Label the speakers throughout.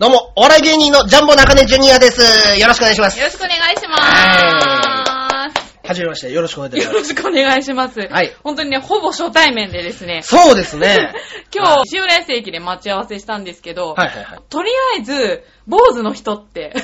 Speaker 1: どうも、お笑い芸人のジャンボ中根ジュニアです。よろしくお願いします。
Speaker 2: よろしくお願いします。
Speaker 1: はじめまして、よろしくお願いいた
Speaker 2: よ
Speaker 1: しま
Speaker 2: ろしくお願いします。
Speaker 1: はい
Speaker 2: 本当にね、ほぼ初対面でですね
Speaker 1: す。、 そうですね。
Speaker 2: 今日、西浦安駅で待ち合わせしたんですけど、
Speaker 1: はいはいはい。
Speaker 2: とりあえず、坊主の人って、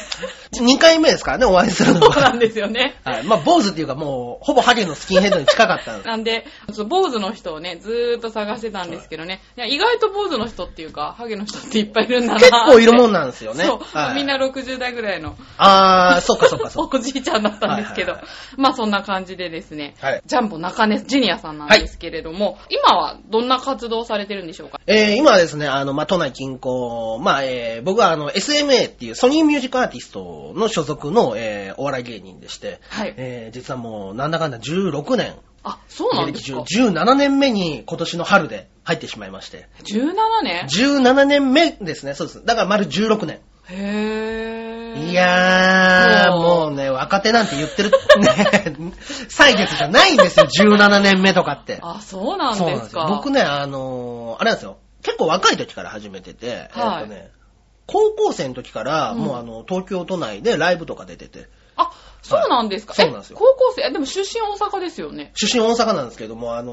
Speaker 1: 2回目ですからね、お会いするの
Speaker 2: そうな
Speaker 1: は。
Speaker 2: んですよね。
Speaker 1: はい。まあ、坊主っていうかもう、ほぼハゲのスキンヘッドに近か ったんで。
Speaker 2: なんで、ちょっと坊主の人をね、ずーっと探してたんですけどね、いや意外と坊主の人っていうか、ハゲの人っていっぱいいるんだな
Speaker 1: 結構いるもん
Speaker 2: な
Speaker 1: なんですよね。
Speaker 2: そう、
Speaker 1: はい、
Speaker 2: みんな。60代ぐらいの
Speaker 1: あー、そうかそうかそう
Speaker 2: おじいちゃんだったんですけど、
Speaker 1: はいはい
Speaker 2: まあそんな感じでですね、
Speaker 1: はい
Speaker 2: ジャンボ中根ジュニアさんなんですけれども、今はどんな活動をされてるんでしょうか
Speaker 1: えー、今はですね、あの、まあ、都内近郊、まあ、えー、僕はあの、SMA っていうソニーミュージックアーティストの所属の、えー、お笑い芸人でして、
Speaker 2: はい
Speaker 1: えー、実はもう、なんだかんだ16年、
Speaker 2: あ、そうなんですか
Speaker 1: 芸歴17年目に今年の春で入ってしまいまして。
Speaker 2: ?17 年
Speaker 1: 17年目ですね、そうです。だから丸16年。
Speaker 2: へー。
Speaker 1: いやー、
Speaker 2: も
Speaker 1: もうね、若手なんて言ってる、 ね、歳月じゃないんですよ、17年目とかって。
Speaker 2: あ、そうなん
Speaker 1: そう
Speaker 2: ですか。
Speaker 1: 僕ね、あのーあれなんですよ、結構若い時から始めてて、
Speaker 2: はい
Speaker 1: えっとね、高校生の時から、
Speaker 2: うん
Speaker 1: もうあの、東京都内でライブとか出てて、
Speaker 2: あ、そうなんですか。
Speaker 1: はいそうなんですよ
Speaker 2: え高校生、えでも出身大阪ですよね。
Speaker 1: 出身大阪なんですけども、あの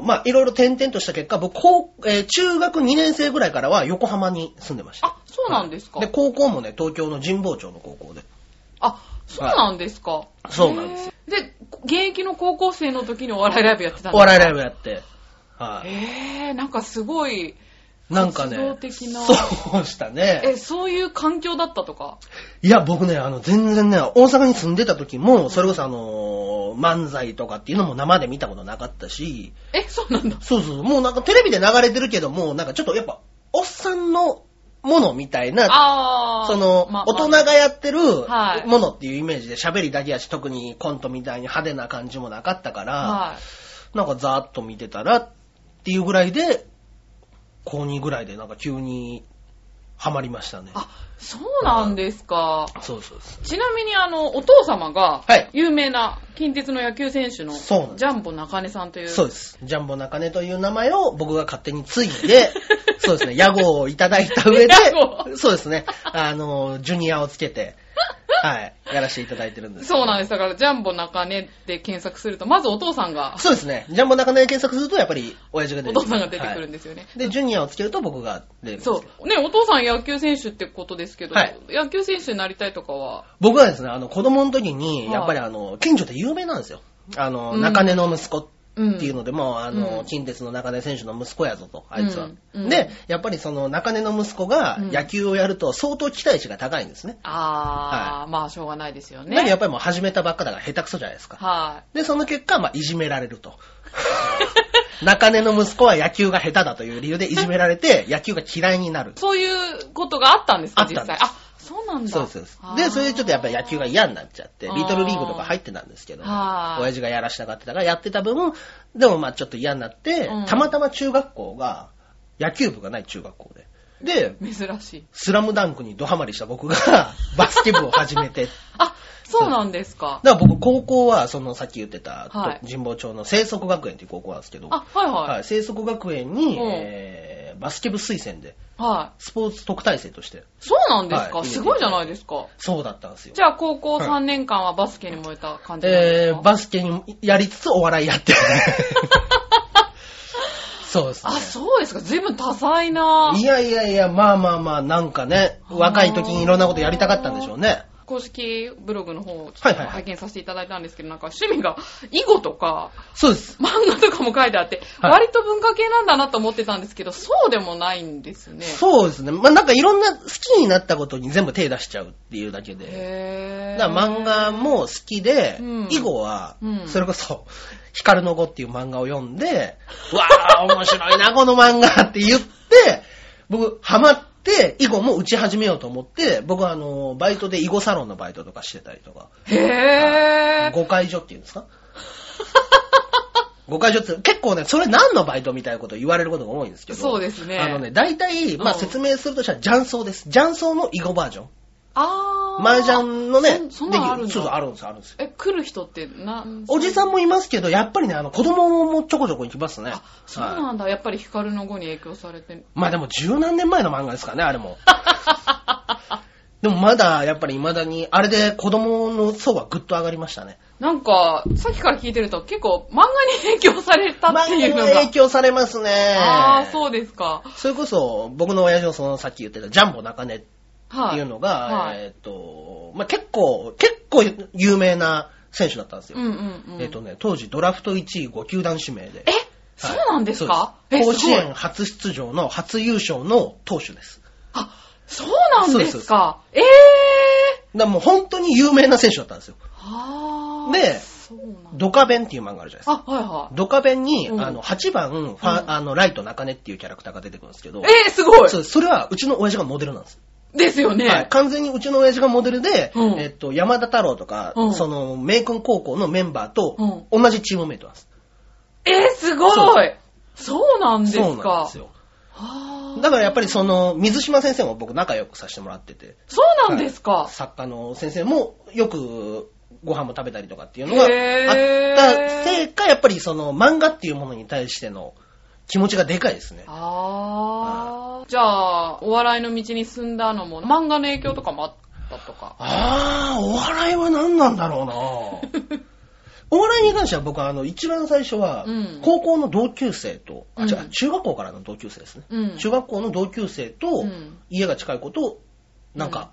Speaker 1: ーまあ、いろいろ転々とした結果、僕、高えー中学2年生ぐらいからは横浜に住んでました。
Speaker 2: あ、そうなんですか。
Speaker 1: で、高校もね、東京の神保町の高校で。
Speaker 2: あ、そうなんですか。
Speaker 1: そうなんですよ
Speaker 2: へー。で、現役の高校生の時にお笑いライブやってたんですか
Speaker 1: お笑いライブやって。はい。
Speaker 2: えー、なんかすごい、
Speaker 1: なんかね
Speaker 2: 活動、的な
Speaker 1: そうしたね。
Speaker 2: え、そういう環境だったとか。
Speaker 1: いや、僕ね、あの、全然ね、大阪に住んでた時も、それこそあのー、漫才とかっていうのも生で見たことなかったし、
Speaker 2: え、そうなんだ。
Speaker 1: そうそう、もうなんかテレビで流れてるけども、なんかちょっとやっぱ、おっさんのものみたいな、
Speaker 2: あー。
Speaker 1: その、
Speaker 2: まあ
Speaker 1: 大人がやってる
Speaker 2: はい
Speaker 1: ものっていうイメージで喋りだけやし、特にコントみたいに派手な感じもなかったから、
Speaker 2: はい。
Speaker 1: なんかざーっと見てたらっていうぐらいで、高2ぐらいでなんか急にハマりましたね。
Speaker 2: あ、そうなんですか。
Speaker 1: そうそうそう。
Speaker 2: ちなみに、あの、お父様が
Speaker 1: はい、
Speaker 2: 有名な近鉄の野球選手の、
Speaker 1: そうなんです
Speaker 2: ジャンボ中根さんという。
Speaker 1: そうです。ジャンボ中根という名前を僕が勝手につい で、そうですね、屋号をいただいた上で
Speaker 2: 屋、号
Speaker 1: そうですね、あの、ジュニアをつけて、はい、やらせていただいてるんです。
Speaker 2: そうなんです。だから、ジャンボ中根で検索すると、まずお父さんが、
Speaker 1: そうですね、ジャンボ中根で検索するとやっぱり親父が出
Speaker 2: お
Speaker 1: てくる。
Speaker 2: 父さんが出てくるん
Speaker 1: で、
Speaker 2: ですよね。
Speaker 1: はいで、ジュニアをつけると僕が出てくるんですけど
Speaker 2: そう。ね、お父さん野球選手ってことですけど、
Speaker 1: はい
Speaker 2: 野球選手になりたいとかは、
Speaker 1: 僕はですね、あの、子供の時に、
Speaker 2: はい
Speaker 1: やっぱりあの、近所で有名なんですよ。あの、
Speaker 2: うん
Speaker 1: 中根の息子
Speaker 2: うん
Speaker 1: っていうのでも、あの、
Speaker 2: うん
Speaker 1: 近鉄の中根選手の息子やぞと、あいつは。
Speaker 2: うんうん
Speaker 1: で、やっぱりその中根の息子が
Speaker 2: うん
Speaker 1: 野球をやると相当期待値が高いんですね。
Speaker 2: あー、まあ、しょうがないですよ
Speaker 1: だけどや
Speaker 2: ね
Speaker 1: っ。ぱりもう始めたばっかだから下手くそじゃないですか。
Speaker 2: は
Speaker 1: で、その結果、まあ、いじめられると。 中根の息子は野球が下手だという理由でいじめられて、野球が嫌いになる
Speaker 2: い。。そういうことがあったんですか、
Speaker 1: あった
Speaker 2: 実
Speaker 1: んです
Speaker 2: 際。あ、そうなんだ。
Speaker 1: そうですそうです
Speaker 2: あ。ー
Speaker 1: で、それでちょっとやっぱり野球が嫌になっちゃって、
Speaker 2: あー
Speaker 1: リトルリーグとか入ってたんですけど、
Speaker 2: はい
Speaker 1: 親父がやらしたかってたからやってた分、でもまあちょっと嫌になって
Speaker 2: うん、
Speaker 1: たまたま中学校が、野球部がない中学校で。で、
Speaker 2: 珍しい。
Speaker 1: スラムダンクにドハマりした 僕がバスケ部を始めて。
Speaker 2: あ、そうなんですか。
Speaker 1: だから僕高校は、そのさっき言ってた、
Speaker 2: はい
Speaker 1: 神保町の清則学園っていう高校なんですけど、
Speaker 2: あ、はいは。
Speaker 1: はいい、清則学園に、
Speaker 2: うん
Speaker 1: えーバスケ部推薦で、
Speaker 2: は
Speaker 1: スポーツ特待生として、
Speaker 2: い。そうなんですか、
Speaker 1: はい
Speaker 2: すごいじゃないですか。
Speaker 1: そうだったんですよ。
Speaker 2: じゃあ、高校
Speaker 1: はい
Speaker 2: 3年間はバスケに燃えた感じなんです
Speaker 1: え
Speaker 2: か、
Speaker 1: ー、バスケにやりつつお笑いやって。 そうですね。
Speaker 2: あ、そうですか。随分多彩ない
Speaker 1: やいやいや、まあまあまあ、なんかね、若い時にいろんなことやりたかったんでしょうね。
Speaker 2: 公式ブログの方をち
Speaker 1: は
Speaker 2: ょっ
Speaker 1: い
Speaker 2: と
Speaker 1: はいはい
Speaker 2: 拝見させていただいたんですけど、なんか趣味が囲碁とか
Speaker 1: そうです。
Speaker 2: 漫画とかも書いてあって、
Speaker 1: はい
Speaker 2: 割と文化系なんだなと思ってたんですけど、そうでもないんですね。
Speaker 1: そうですね。まあなんかいろんな好きになったことに全部手出しちゃうっていうだけで。
Speaker 2: へー。
Speaker 1: だから漫画も好きで
Speaker 2: うん、
Speaker 1: 以後は
Speaker 2: う、ん
Speaker 1: それこそ、光の子っていう漫画を読 んで、わー、面白いな、この漫画って言って、僕、ハマって、で、囲碁も打ち始めようと思って、僕はあの、バイトで囲碁サロンのバイトとかしてたりとか、
Speaker 2: へー。
Speaker 1: 誤解所っていうんですか 誤解所って、結構ね、それ何のバイトみたいなこと言われることが多いんですけど。
Speaker 2: そうですね
Speaker 1: あのね、大体、まあ
Speaker 2: うん
Speaker 1: 説明するとしたら、雀荘です。雀荘の囲碁バージョン。
Speaker 2: あー。
Speaker 1: 麻雀のね、
Speaker 2: そそんなのある
Speaker 1: で
Speaker 2: んだ
Speaker 1: きそうそう、あるんですよ、あるんですよ。
Speaker 2: え、来る人ってなん
Speaker 1: おじさんもいますけど、やっぱりね、あの、子供もちょこちょこ行きますね。
Speaker 2: あ、そう
Speaker 1: はい
Speaker 2: なんだ。やっぱり光の語に影響されて。
Speaker 1: まあでも十何年前の漫画ですからね、あれ も。でもまだ、やっぱり未だに、あれで子供の層はぐっと上がりましたね。
Speaker 2: なんか、さっきから聞いてると結構漫画に影響されたっていう
Speaker 1: 漫
Speaker 2: の
Speaker 1: 画に影
Speaker 2: が。
Speaker 1: 響されますね。
Speaker 2: あー、そうですか。
Speaker 1: それこそ、僕の親父のそのさっき言ってたジャンボ中根って
Speaker 2: はい。
Speaker 1: いうのが、
Speaker 2: はい
Speaker 1: えーっと、まあ結構、結構有名な選手だったんですよ。
Speaker 2: うんうんうん。
Speaker 1: えーっとね、当時ドラフト1位5球団指名で
Speaker 2: え。そうなんですか、
Speaker 1: はい
Speaker 2: え、
Speaker 1: そうで
Speaker 2: す
Speaker 1: す
Speaker 2: ご
Speaker 1: 甲
Speaker 2: い
Speaker 1: 子園初出場の初優勝の投手です。
Speaker 2: あ、そうなんですかええ
Speaker 1: だからもう本当に有名な選手だったんですよ。
Speaker 2: ーはー
Speaker 1: で
Speaker 2: そうなんだ。
Speaker 1: ドカベンっていう漫画あるじゃないですか。
Speaker 2: あ、はいは
Speaker 1: ドカベンに、
Speaker 2: うん
Speaker 1: あの、8番、ファあの、ライト中根っていうキャラクターが出てくるんですけど、
Speaker 2: い。えー、すごい
Speaker 1: そうそれはうちの親父がモデルなんです。
Speaker 2: ですよね、
Speaker 1: はい、完全にうちの親父がモデルで、
Speaker 2: うん
Speaker 1: えっと、山田太郎とか、
Speaker 2: うん
Speaker 1: その、名君高校のメンバーと、同じチームメイトなんです。
Speaker 2: えー、すごいそうなんですか
Speaker 1: そうなんですよ。
Speaker 2: はー
Speaker 1: だからやっぱりその、水島先生も僕仲良くさせてもらってて、
Speaker 2: そうなんですか、
Speaker 1: 作家の先生もよくご飯も食べたりとかっていうのがあっ
Speaker 2: へー
Speaker 1: たせいか、やっぱりその、漫画っていうものに対しての気持ちがでかいですね。
Speaker 2: あー。じゃあ、お笑いの道に進んだのも、漫画の影響とかもあったとか。
Speaker 1: あー、お笑いは何なんだろう なお笑いに関しては僕はあの一番最初は
Speaker 2: うん
Speaker 1: 高校の同級生と、あ違う
Speaker 2: うん
Speaker 1: 中学校からの同級生ですね、
Speaker 2: うん
Speaker 1: 中学校の同級生と
Speaker 2: うん
Speaker 1: 家が近い子となんか、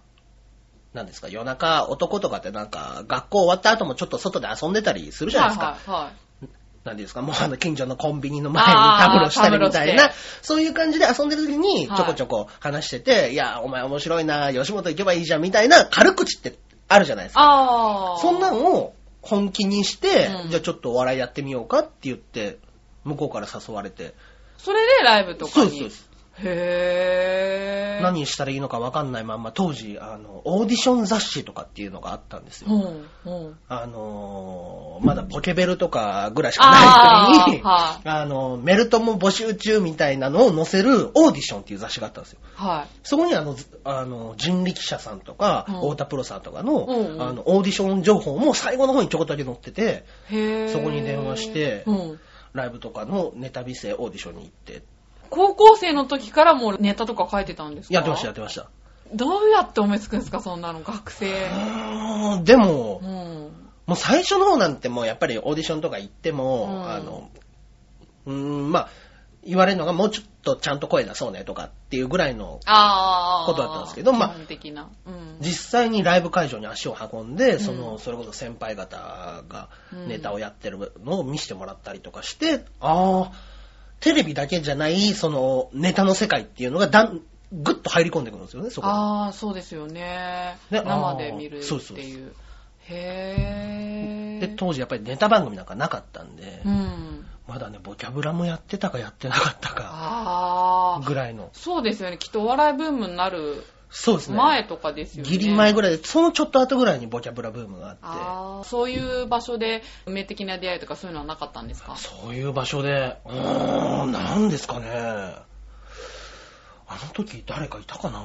Speaker 1: なんですか夜中男とかってなんか学校終わった後もちょっと外で遊んでたりするじゃないですか、
Speaker 2: はいはいはい。
Speaker 1: なんていうんですか、もうあの近所のコンビニの前にタブロしたりみたい
Speaker 2: あータブロ
Speaker 1: な
Speaker 2: し、
Speaker 1: そういう感じで遊んでる時に
Speaker 2: はい
Speaker 1: ちょこちょこ話してて、い、や、お前面白いな、吉本行けばいいじゃんみたいな軽口ってあるじゃないですか。
Speaker 2: あー。
Speaker 1: そんなのを本気にして、
Speaker 2: うん
Speaker 1: じゃあちょっとお笑いやってみようかって言って、向こうから誘われて。
Speaker 2: それでライブとか
Speaker 1: そう
Speaker 2: に。
Speaker 1: ですそうです。
Speaker 2: へー。
Speaker 1: 何したらいいのか分かんないまんま、当時、あの、オーディション雑誌とかっていうのがあったんですよ。
Speaker 2: うん、うん。
Speaker 1: あのーまだポケベルとかぐらいしかない時に、
Speaker 2: あーは
Speaker 1: あの、メルトも募集中みたいなのを載せるオーディションっていう雑誌があったんですよ。
Speaker 2: はい。
Speaker 1: そこにあの、ずあの人力車さんとか、
Speaker 2: うん
Speaker 1: 太田プロさんとかの,、
Speaker 2: うんうん
Speaker 1: あのオーディション情報も最後の方にちょこっとだけ載ってて、
Speaker 2: へー
Speaker 1: そこに電話して
Speaker 2: うん
Speaker 1: ライブとかのネタ見せオーディションに行って、
Speaker 2: 高校生の時からもうネタとか書いてたんですか
Speaker 1: やってました、やってました。
Speaker 2: どうやって思いつくんですか、そんなの、学生
Speaker 1: う。 ーんでも
Speaker 2: う、ん。
Speaker 1: もう最初の方なんてもうやっぱりオーディションとか行っても、
Speaker 2: うん
Speaker 1: あの、うーん、まあ、言われるのがもうちょっとちゃんと声出そうねとかっていうぐらいの
Speaker 2: あー。
Speaker 1: ことだったんですけどまあ
Speaker 2: 基本的な。うん。
Speaker 1: 実際にライブ会場に足を運んで、そうの
Speaker 2: ん
Speaker 1: それこそ先輩方が
Speaker 2: うん
Speaker 1: ネタをやってるのを見せてもらったりとかして、ああ、テレビだけじゃない、そのネタの世界っていうのがだん、ぐっと入り込んでくるんですよね、そこに。
Speaker 2: あー、そうですよね。
Speaker 1: ね
Speaker 2: 生で見るっていう。
Speaker 1: あーそうそうそ
Speaker 2: へ
Speaker 1: で、
Speaker 2: ー。
Speaker 1: 当時やっぱりネタ番組なんかなかったんで、
Speaker 2: うん。
Speaker 1: まだね、ボキャブラもやってたかやってなかったか、
Speaker 2: あー。
Speaker 1: ぐらいの。
Speaker 2: そうですよね。きっとお笑いブームになる
Speaker 1: そうですね。
Speaker 2: 前とかですよね。
Speaker 1: ギリ前ぐらいで、そのちょっと後ぐらいにボキャブラブームがあっ
Speaker 2: あーそういう場所で運命的な出会いとかそういうのはなかったんですか
Speaker 1: て、そういう場所で、うーん、なんですかね。あの時誰かいたかな。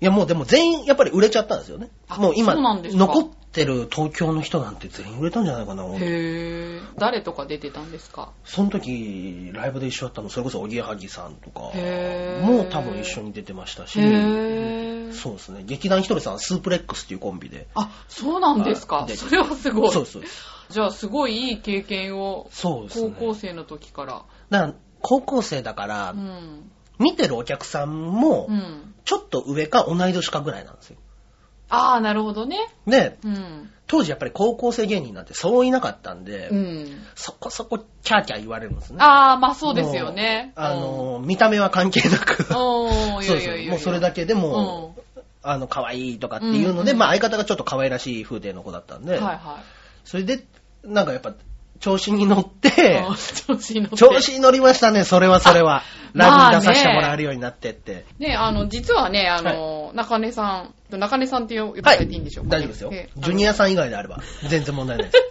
Speaker 1: いやもうでも全員やっぱり売れちゃったんですよね
Speaker 2: あ。
Speaker 1: もう今、
Speaker 2: そうなんですか
Speaker 1: 残ってる東京の人なんて全員売れたんじゃないかな。
Speaker 2: へー誰とか出てたんですか
Speaker 1: その時、ライブで一緒だったの、それこそおぎやはぎさんとか
Speaker 2: へー、
Speaker 1: もう多分一緒に出てましたし
Speaker 2: へ、ー
Speaker 1: そうですね。劇団ひとりさんはスープレックスっていうコンビで。
Speaker 2: あそうなんです
Speaker 1: は
Speaker 2: か
Speaker 1: い出て
Speaker 2: それはすごい
Speaker 1: そうですそうです。
Speaker 2: じゃあすごいいい経験を
Speaker 1: そうです
Speaker 2: 高
Speaker 1: ね。
Speaker 2: 校生の時から
Speaker 1: だから高校生だから
Speaker 2: う、ん
Speaker 1: 見てるお客さんも
Speaker 2: う、ん
Speaker 1: ちょっと上か同い年かぐらいなんですよ。
Speaker 2: ああなるほどね
Speaker 1: で、
Speaker 2: うん
Speaker 1: 当時やっぱり高校生芸人なんてそういなかったんで、
Speaker 2: うん
Speaker 1: そこそこキャーキャー言われるんですね。
Speaker 2: ああまあそうですよね
Speaker 1: もうあのー、見た目は関係なく、
Speaker 2: うんおーい
Speaker 1: そう
Speaker 2: や
Speaker 1: で
Speaker 2: い
Speaker 1: す
Speaker 2: やいやいや
Speaker 1: もうそれだけで
Speaker 2: うん
Speaker 1: も、あの、可愛いとかっていうので、
Speaker 2: うん
Speaker 1: まあ相方がちょっと可愛らしい風景の子だったんで、
Speaker 2: はいは
Speaker 1: それで、なんかやっぱ、調子に乗って、
Speaker 2: あ調子に乗って。
Speaker 1: 調子に乗りましたね、それはそれは。ラ
Speaker 2: ま
Speaker 1: イ
Speaker 2: あね
Speaker 1: ブに出させてもらえるようになってって。
Speaker 2: ね、あの、実はね、あの、中根さん、中根さんって呼びたいていいんでしょうか、
Speaker 1: 大丈夫ですよ
Speaker 2: え。え
Speaker 1: ジュニアさん以外であれば、全然問題 ないです。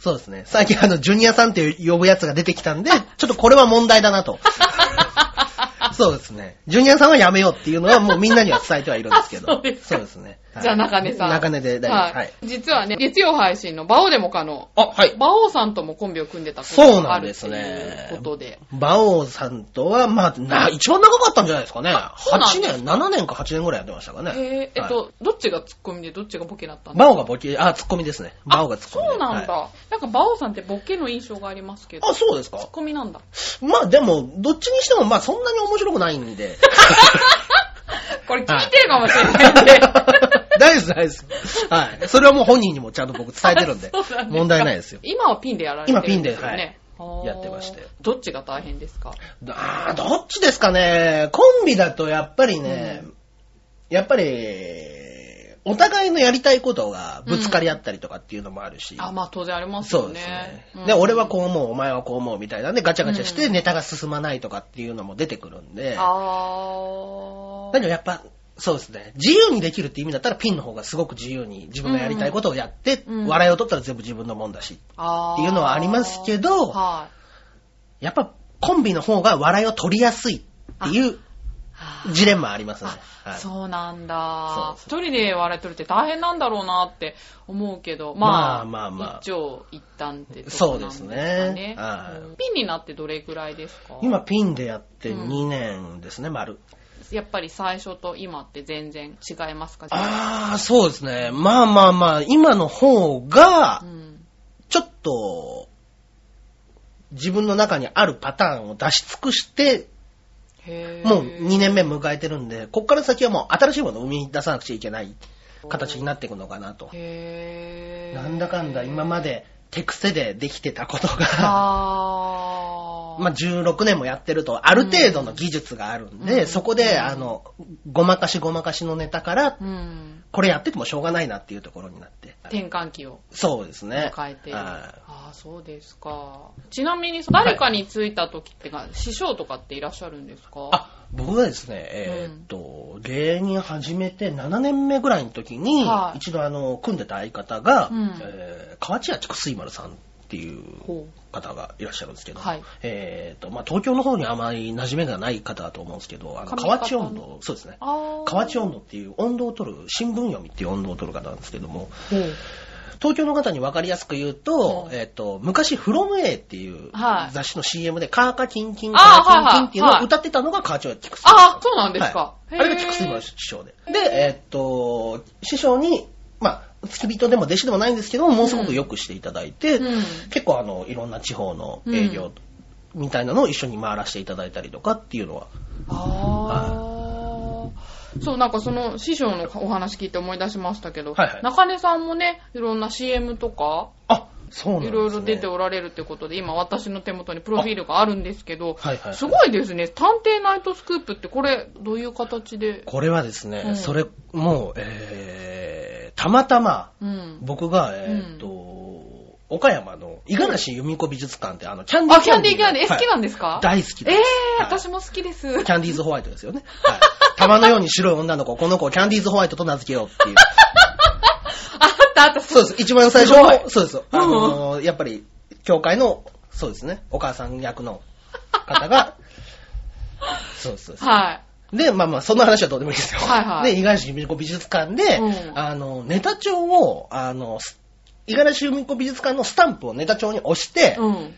Speaker 1: そうですね。最近あの、ジュニアさんって呼ぶやつが出てきたんで、ちょっとこれは問題だな と。そうですね。ジュニアさんはやめようっていうのはもうみんなには伝えてはいるんですけど。
Speaker 2: あそうですか
Speaker 1: すね。はい
Speaker 2: じゃあ中根さん。
Speaker 1: 中根で大丈夫です。はい。
Speaker 2: 実はね、月曜配信のバオデモカの、
Speaker 1: あ、はい。
Speaker 2: バオさんともコンビを組んでたこと
Speaker 1: そう
Speaker 2: が
Speaker 1: な
Speaker 2: あ
Speaker 1: ん
Speaker 2: る
Speaker 1: で
Speaker 2: って
Speaker 1: す
Speaker 2: い
Speaker 1: ね
Speaker 2: うことで。
Speaker 1: バオさんとは、まあ、な、一番長かったんじゃないですかね。
Speaker 2: そうなん
Speaker 1: 8
Speaker 2: で
Speaker 1: 年、7年か8年ぐらいやってましたかね。
Speaker 2: へえ、えっ
Speaker 1: はい
Speaker 2: と、どっちがツッコミでどっちがボケだったんだ
Speaker 1: バオがボケ、あ、ツッコミですね。バオがツッコミで。
Speaker 2: そうなんだ。
Speaker 1: はい
Speaker 2: なんかバオさんってボケの印象がありますけど、ツ
Speaker 1: あ、そうですか
Speaker 2: ッコミなんだ。
Speaker 1: まあでも、どっちにしても、まあそんなに面白くないん で。
Speaker 2: これ聞いてるかもしれないんで。
Speaker 1: 大丈夫です、大丈夫です。はい。それはもう本人にもちゃんと僕伝えてるんで
Speaker 2: そうなんですか、
Speaker 1: 問題ないですよ。
Speaker 2: 今はピンでやられてるんですよね。
Speaker 1: 今ピンで
Speaker 2: あー
Speaker 1: やってまして。
Speaker 2: どっちが大変ですか
Speaker 1: あーどっちですかね。コンビだとやっぱりね、
Speaker 2: う
Speaker 1: やっぱり、お互いのやりたいことがぶつかり合ったりとかっていうのもあるし。
Speaker 2: あ、まあ当然あります
Speaker 1: そ
Speaker 2: よ
Speaker 1: うで
Speaker 2: ね。
Speaker 1: すね。
Speaker 2: うん
Speaker 1: で、俺はこう思う、お前はこう思うみたいなんで、ガチャガチャし
Speaker 2: う
Speaker 1: て
Speaker 2: ん
Speaker 1: ネタが進まないとかっていうのも出てくるんで。
Speaker 2: あ
Speaker 1: だけどやっぱ、そうですね。自由にできるって意味だったら、ピンの方がすごく自由に自分のやりたいことをやって、
Speaker 2: うん
Speaker 1: 笑いを取ったら全部自分のもんだし。
Speaker 2: あ。
Speaker 1: っていうのはありますけど
Speaker 2: は
Speaker 1: やっぱ、コンビの方が笑いを取りやすいっていう
Speaker 2: い。は
Speaker 1: ジレンマありますね。
Speaker 2: あ
Speaker 1: はい
Speaker 2: そうなんだ。
Speaker 1: そう
Speaker 2: 一人で笑い取るって大変なんだろうなって思うけど、
Speaker 1: ま
Speaker 2: ま
Speaker 1: あ
Speaker 2: あ、
Speaker 1: まあまあ
Speaker 2: 一長一短ってと
Speaker 1: そう
Speaker 2: こなん
Speaker 1: で
Speaker 2: ですす
Speaker 1: ね
Speaker 2: かね。
Speaker 1: はい
Speaker 2: うんピンになってどれぐらいですか
Speaker 1: 今、ピンでやって2年ですね、丸。
Speaker 2: やっぱり最初と今って全然違いますか
Speaker 1: ああ、そうですね。まあまあまあ、今の方が
Speaker 2: う、ん。
Speaker 1: ちょっと、自分の中にあるパターンを出し尽くして
Speaker 2: へー
Speaker 1: もう2年目迎えてるんで、こっから先はもう新しいものを生み出さなくちゃいけない形になっていくのかなと。
Speaker 2: へー
Speaker 1: なんだかんだ今まで手癖でできてたことが、
Speaker 2: あ ー
Speaker 1: まあ16年もやってるとある程度の技術があるんで、
Speaker 2: うん
Speaker 1: そこであの、ごまかしごまかしのネタから、
Speaker 2: うん。
Speaker 1: これやっててもしょうがないなっていうところになって。
Speaker 2: 転換期を
Speaker 1: そうですね。
Speaker 2: 迎えている。
Speaker 1: は
Speaker 2: ああ、そうですか。ちなみに、誰かについた時ってか、師匠とかっていらっしゃるんですか
Speaker 1: いあ、僕はですね、えーっと、芸人始めて7年目ぐらいの時に
Speaker 2: は、い
Speaker 1: 一度あの、組んでた相方が、
Speaker 2: うん
Speaker 1: えー河内屋筑水丸さんっていう
Speaker 2: ほ
Speaker 1: 方がいらっしゃるんですけど、
Speaker 2: はい
Speaker 1: えーとまあ、東京の方にあまり馴染みがない方だと思うんですけど、あの
Speaker 2: 上
Speaker 1: 河
Speaker 2: 方
Speaker 1: 内音頭、そうですね。
Speaker 2: ああ。
Speaker 1: 河内音頭っていう音頭を取る、新聞読みっていう音頭を取る方なんですけども、
Speaker 2: ほう
Speaker 1: 東京の方に分かりやすく言うと、
Speaker 2: うん
Speaker 1: えーと、昔、フロム A っていう
Speaker 2: はい
Speaker 1: 雑誌の CM で、カーカキンキン、
Speaker 2: あ
Speaker 1: カ
Speaker 2: ー
Speaker 1: ーキンキンっていうの
Speaker 2: はいは
Speaker 1: を
Speaker 2: い
Speaker 1: 歌ってたのが河内屋菊水丸さん
Speaker 2: ああ、そうなんですか。
Speaker 1: はい、あれが
Speaker 2: へー
Speaker 1: 菊水丸師匠で。で、えーっと、師匠に、まあ、付き人でも弟子でもないんですけども、ものすごくよくしていただいて、
Speaker 2: うん
Speaker 1: 結構あの、いろんな地方の営業みたいなのを一緒に回らせていただいたりとかっていうのは、
Speaker 2: ああ。そう、なんかその師匠のお話聞いて思い出しましたけど、
Speaker 1: はいはい
Speaker 2: 中根さんもね、いろんな CM とか、
Speaker 1: あ、そうなんです
Speaker 2: い
Speaker 1: ね。
Speaker 2: ろいろ出ておられるってことで、今私の手元にプロフィールがあるんですけ
Speaker 1: はい
Speaker 2: ど、
Speaker 1: はいはい
Speaker 2: すごいですね。探偵ナイトスクープってこれ、どういう形で
Speaker 1: これはですね、
Speaker 2: うん
Speaker 1: それ、もう、えー、たまたま、
Speaker 2: うん。
Speaker 1: 僕が、えーっと、岡山の五十嵐由美子美術館って、あの、キャンディ
Speaker 2: あ、
Speaker 1: ー
Speaker 2: キャンディーキャンディー、え、
Speaker 1: は
Speaker 2: 好
Speaker 1: い
Speaker 2: きなんですか
Speaker 1: 大好き
Speaker 2: え
Speaker 1: です。
Speaker 2: えー、
Speaker 1: はい
Speaker 2: 私も好きです。
Speaker 1: キャンディーズホワイトですよね。はい。玉のように白い女の子、この子をキャンディーズホワイトと名付けよう っていう。
Speaker 2: あったあった、
Speaker 1: そう
Speaker 2: う。
Speaker 1: です。一番最初
Speaker 2: すご
Speaker 1: の、
Speaker 2: い
Speaker 1: そうです。あのーやっぱり、教会の、そうですね、お母さん役の方 が、そうですそうです。
Speaker 2: はい。
Speaker 1: で、まあまあ、そんな話はどうでもいいですよ。
Speaker 2: はいはい
Speaker 1: で、五十嵐由美子美術館で、
Speaker 2: うん
Speaker 1: あの、ネタ帳を、あの、す五十嵐由美子美術館のスタンプをネタ帳に押して、
Speaker 2: うん。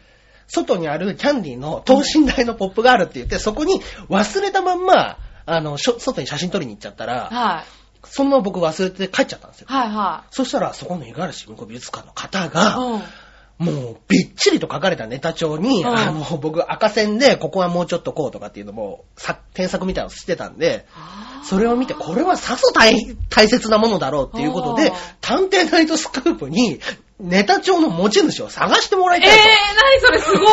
Speaker 1: 外にあるキャンディーの等身大のポップがあるって言って、そこに忘れたまんま、あの、しょ外に写真撮りに行っちゃったら、
Speaker 2: はい。
Speaker 1: そのまま僕忘れて帰っちゃったんですよ。
Speaker 2: はいは
Speaker 1: そしたら、そこの五十嵐文庫美術館の方
Speaker 2: い。
Speaker 1: が、
Speaker 2: うん。
Speaker 1: もう、びっちりと書かれたネタ帳に、
Speaker 2: うん
Speaker 1: あの、僕、赤線で、ここはもうちょっとこうとかっていうのも、さ添削みたいなのをしてたんで、
Speaker 2: あー
Speaker 1: それを見て、これはさぞ大大切なものだろうっていうことで
Speaker 2: あー、
Speaker 1: 探偵ナイトスクープに、ネタ帳の持ち主を探してもらい
Speaker 2: えー、
Speaker 1: たいと。
Speaker 2: 何それすごい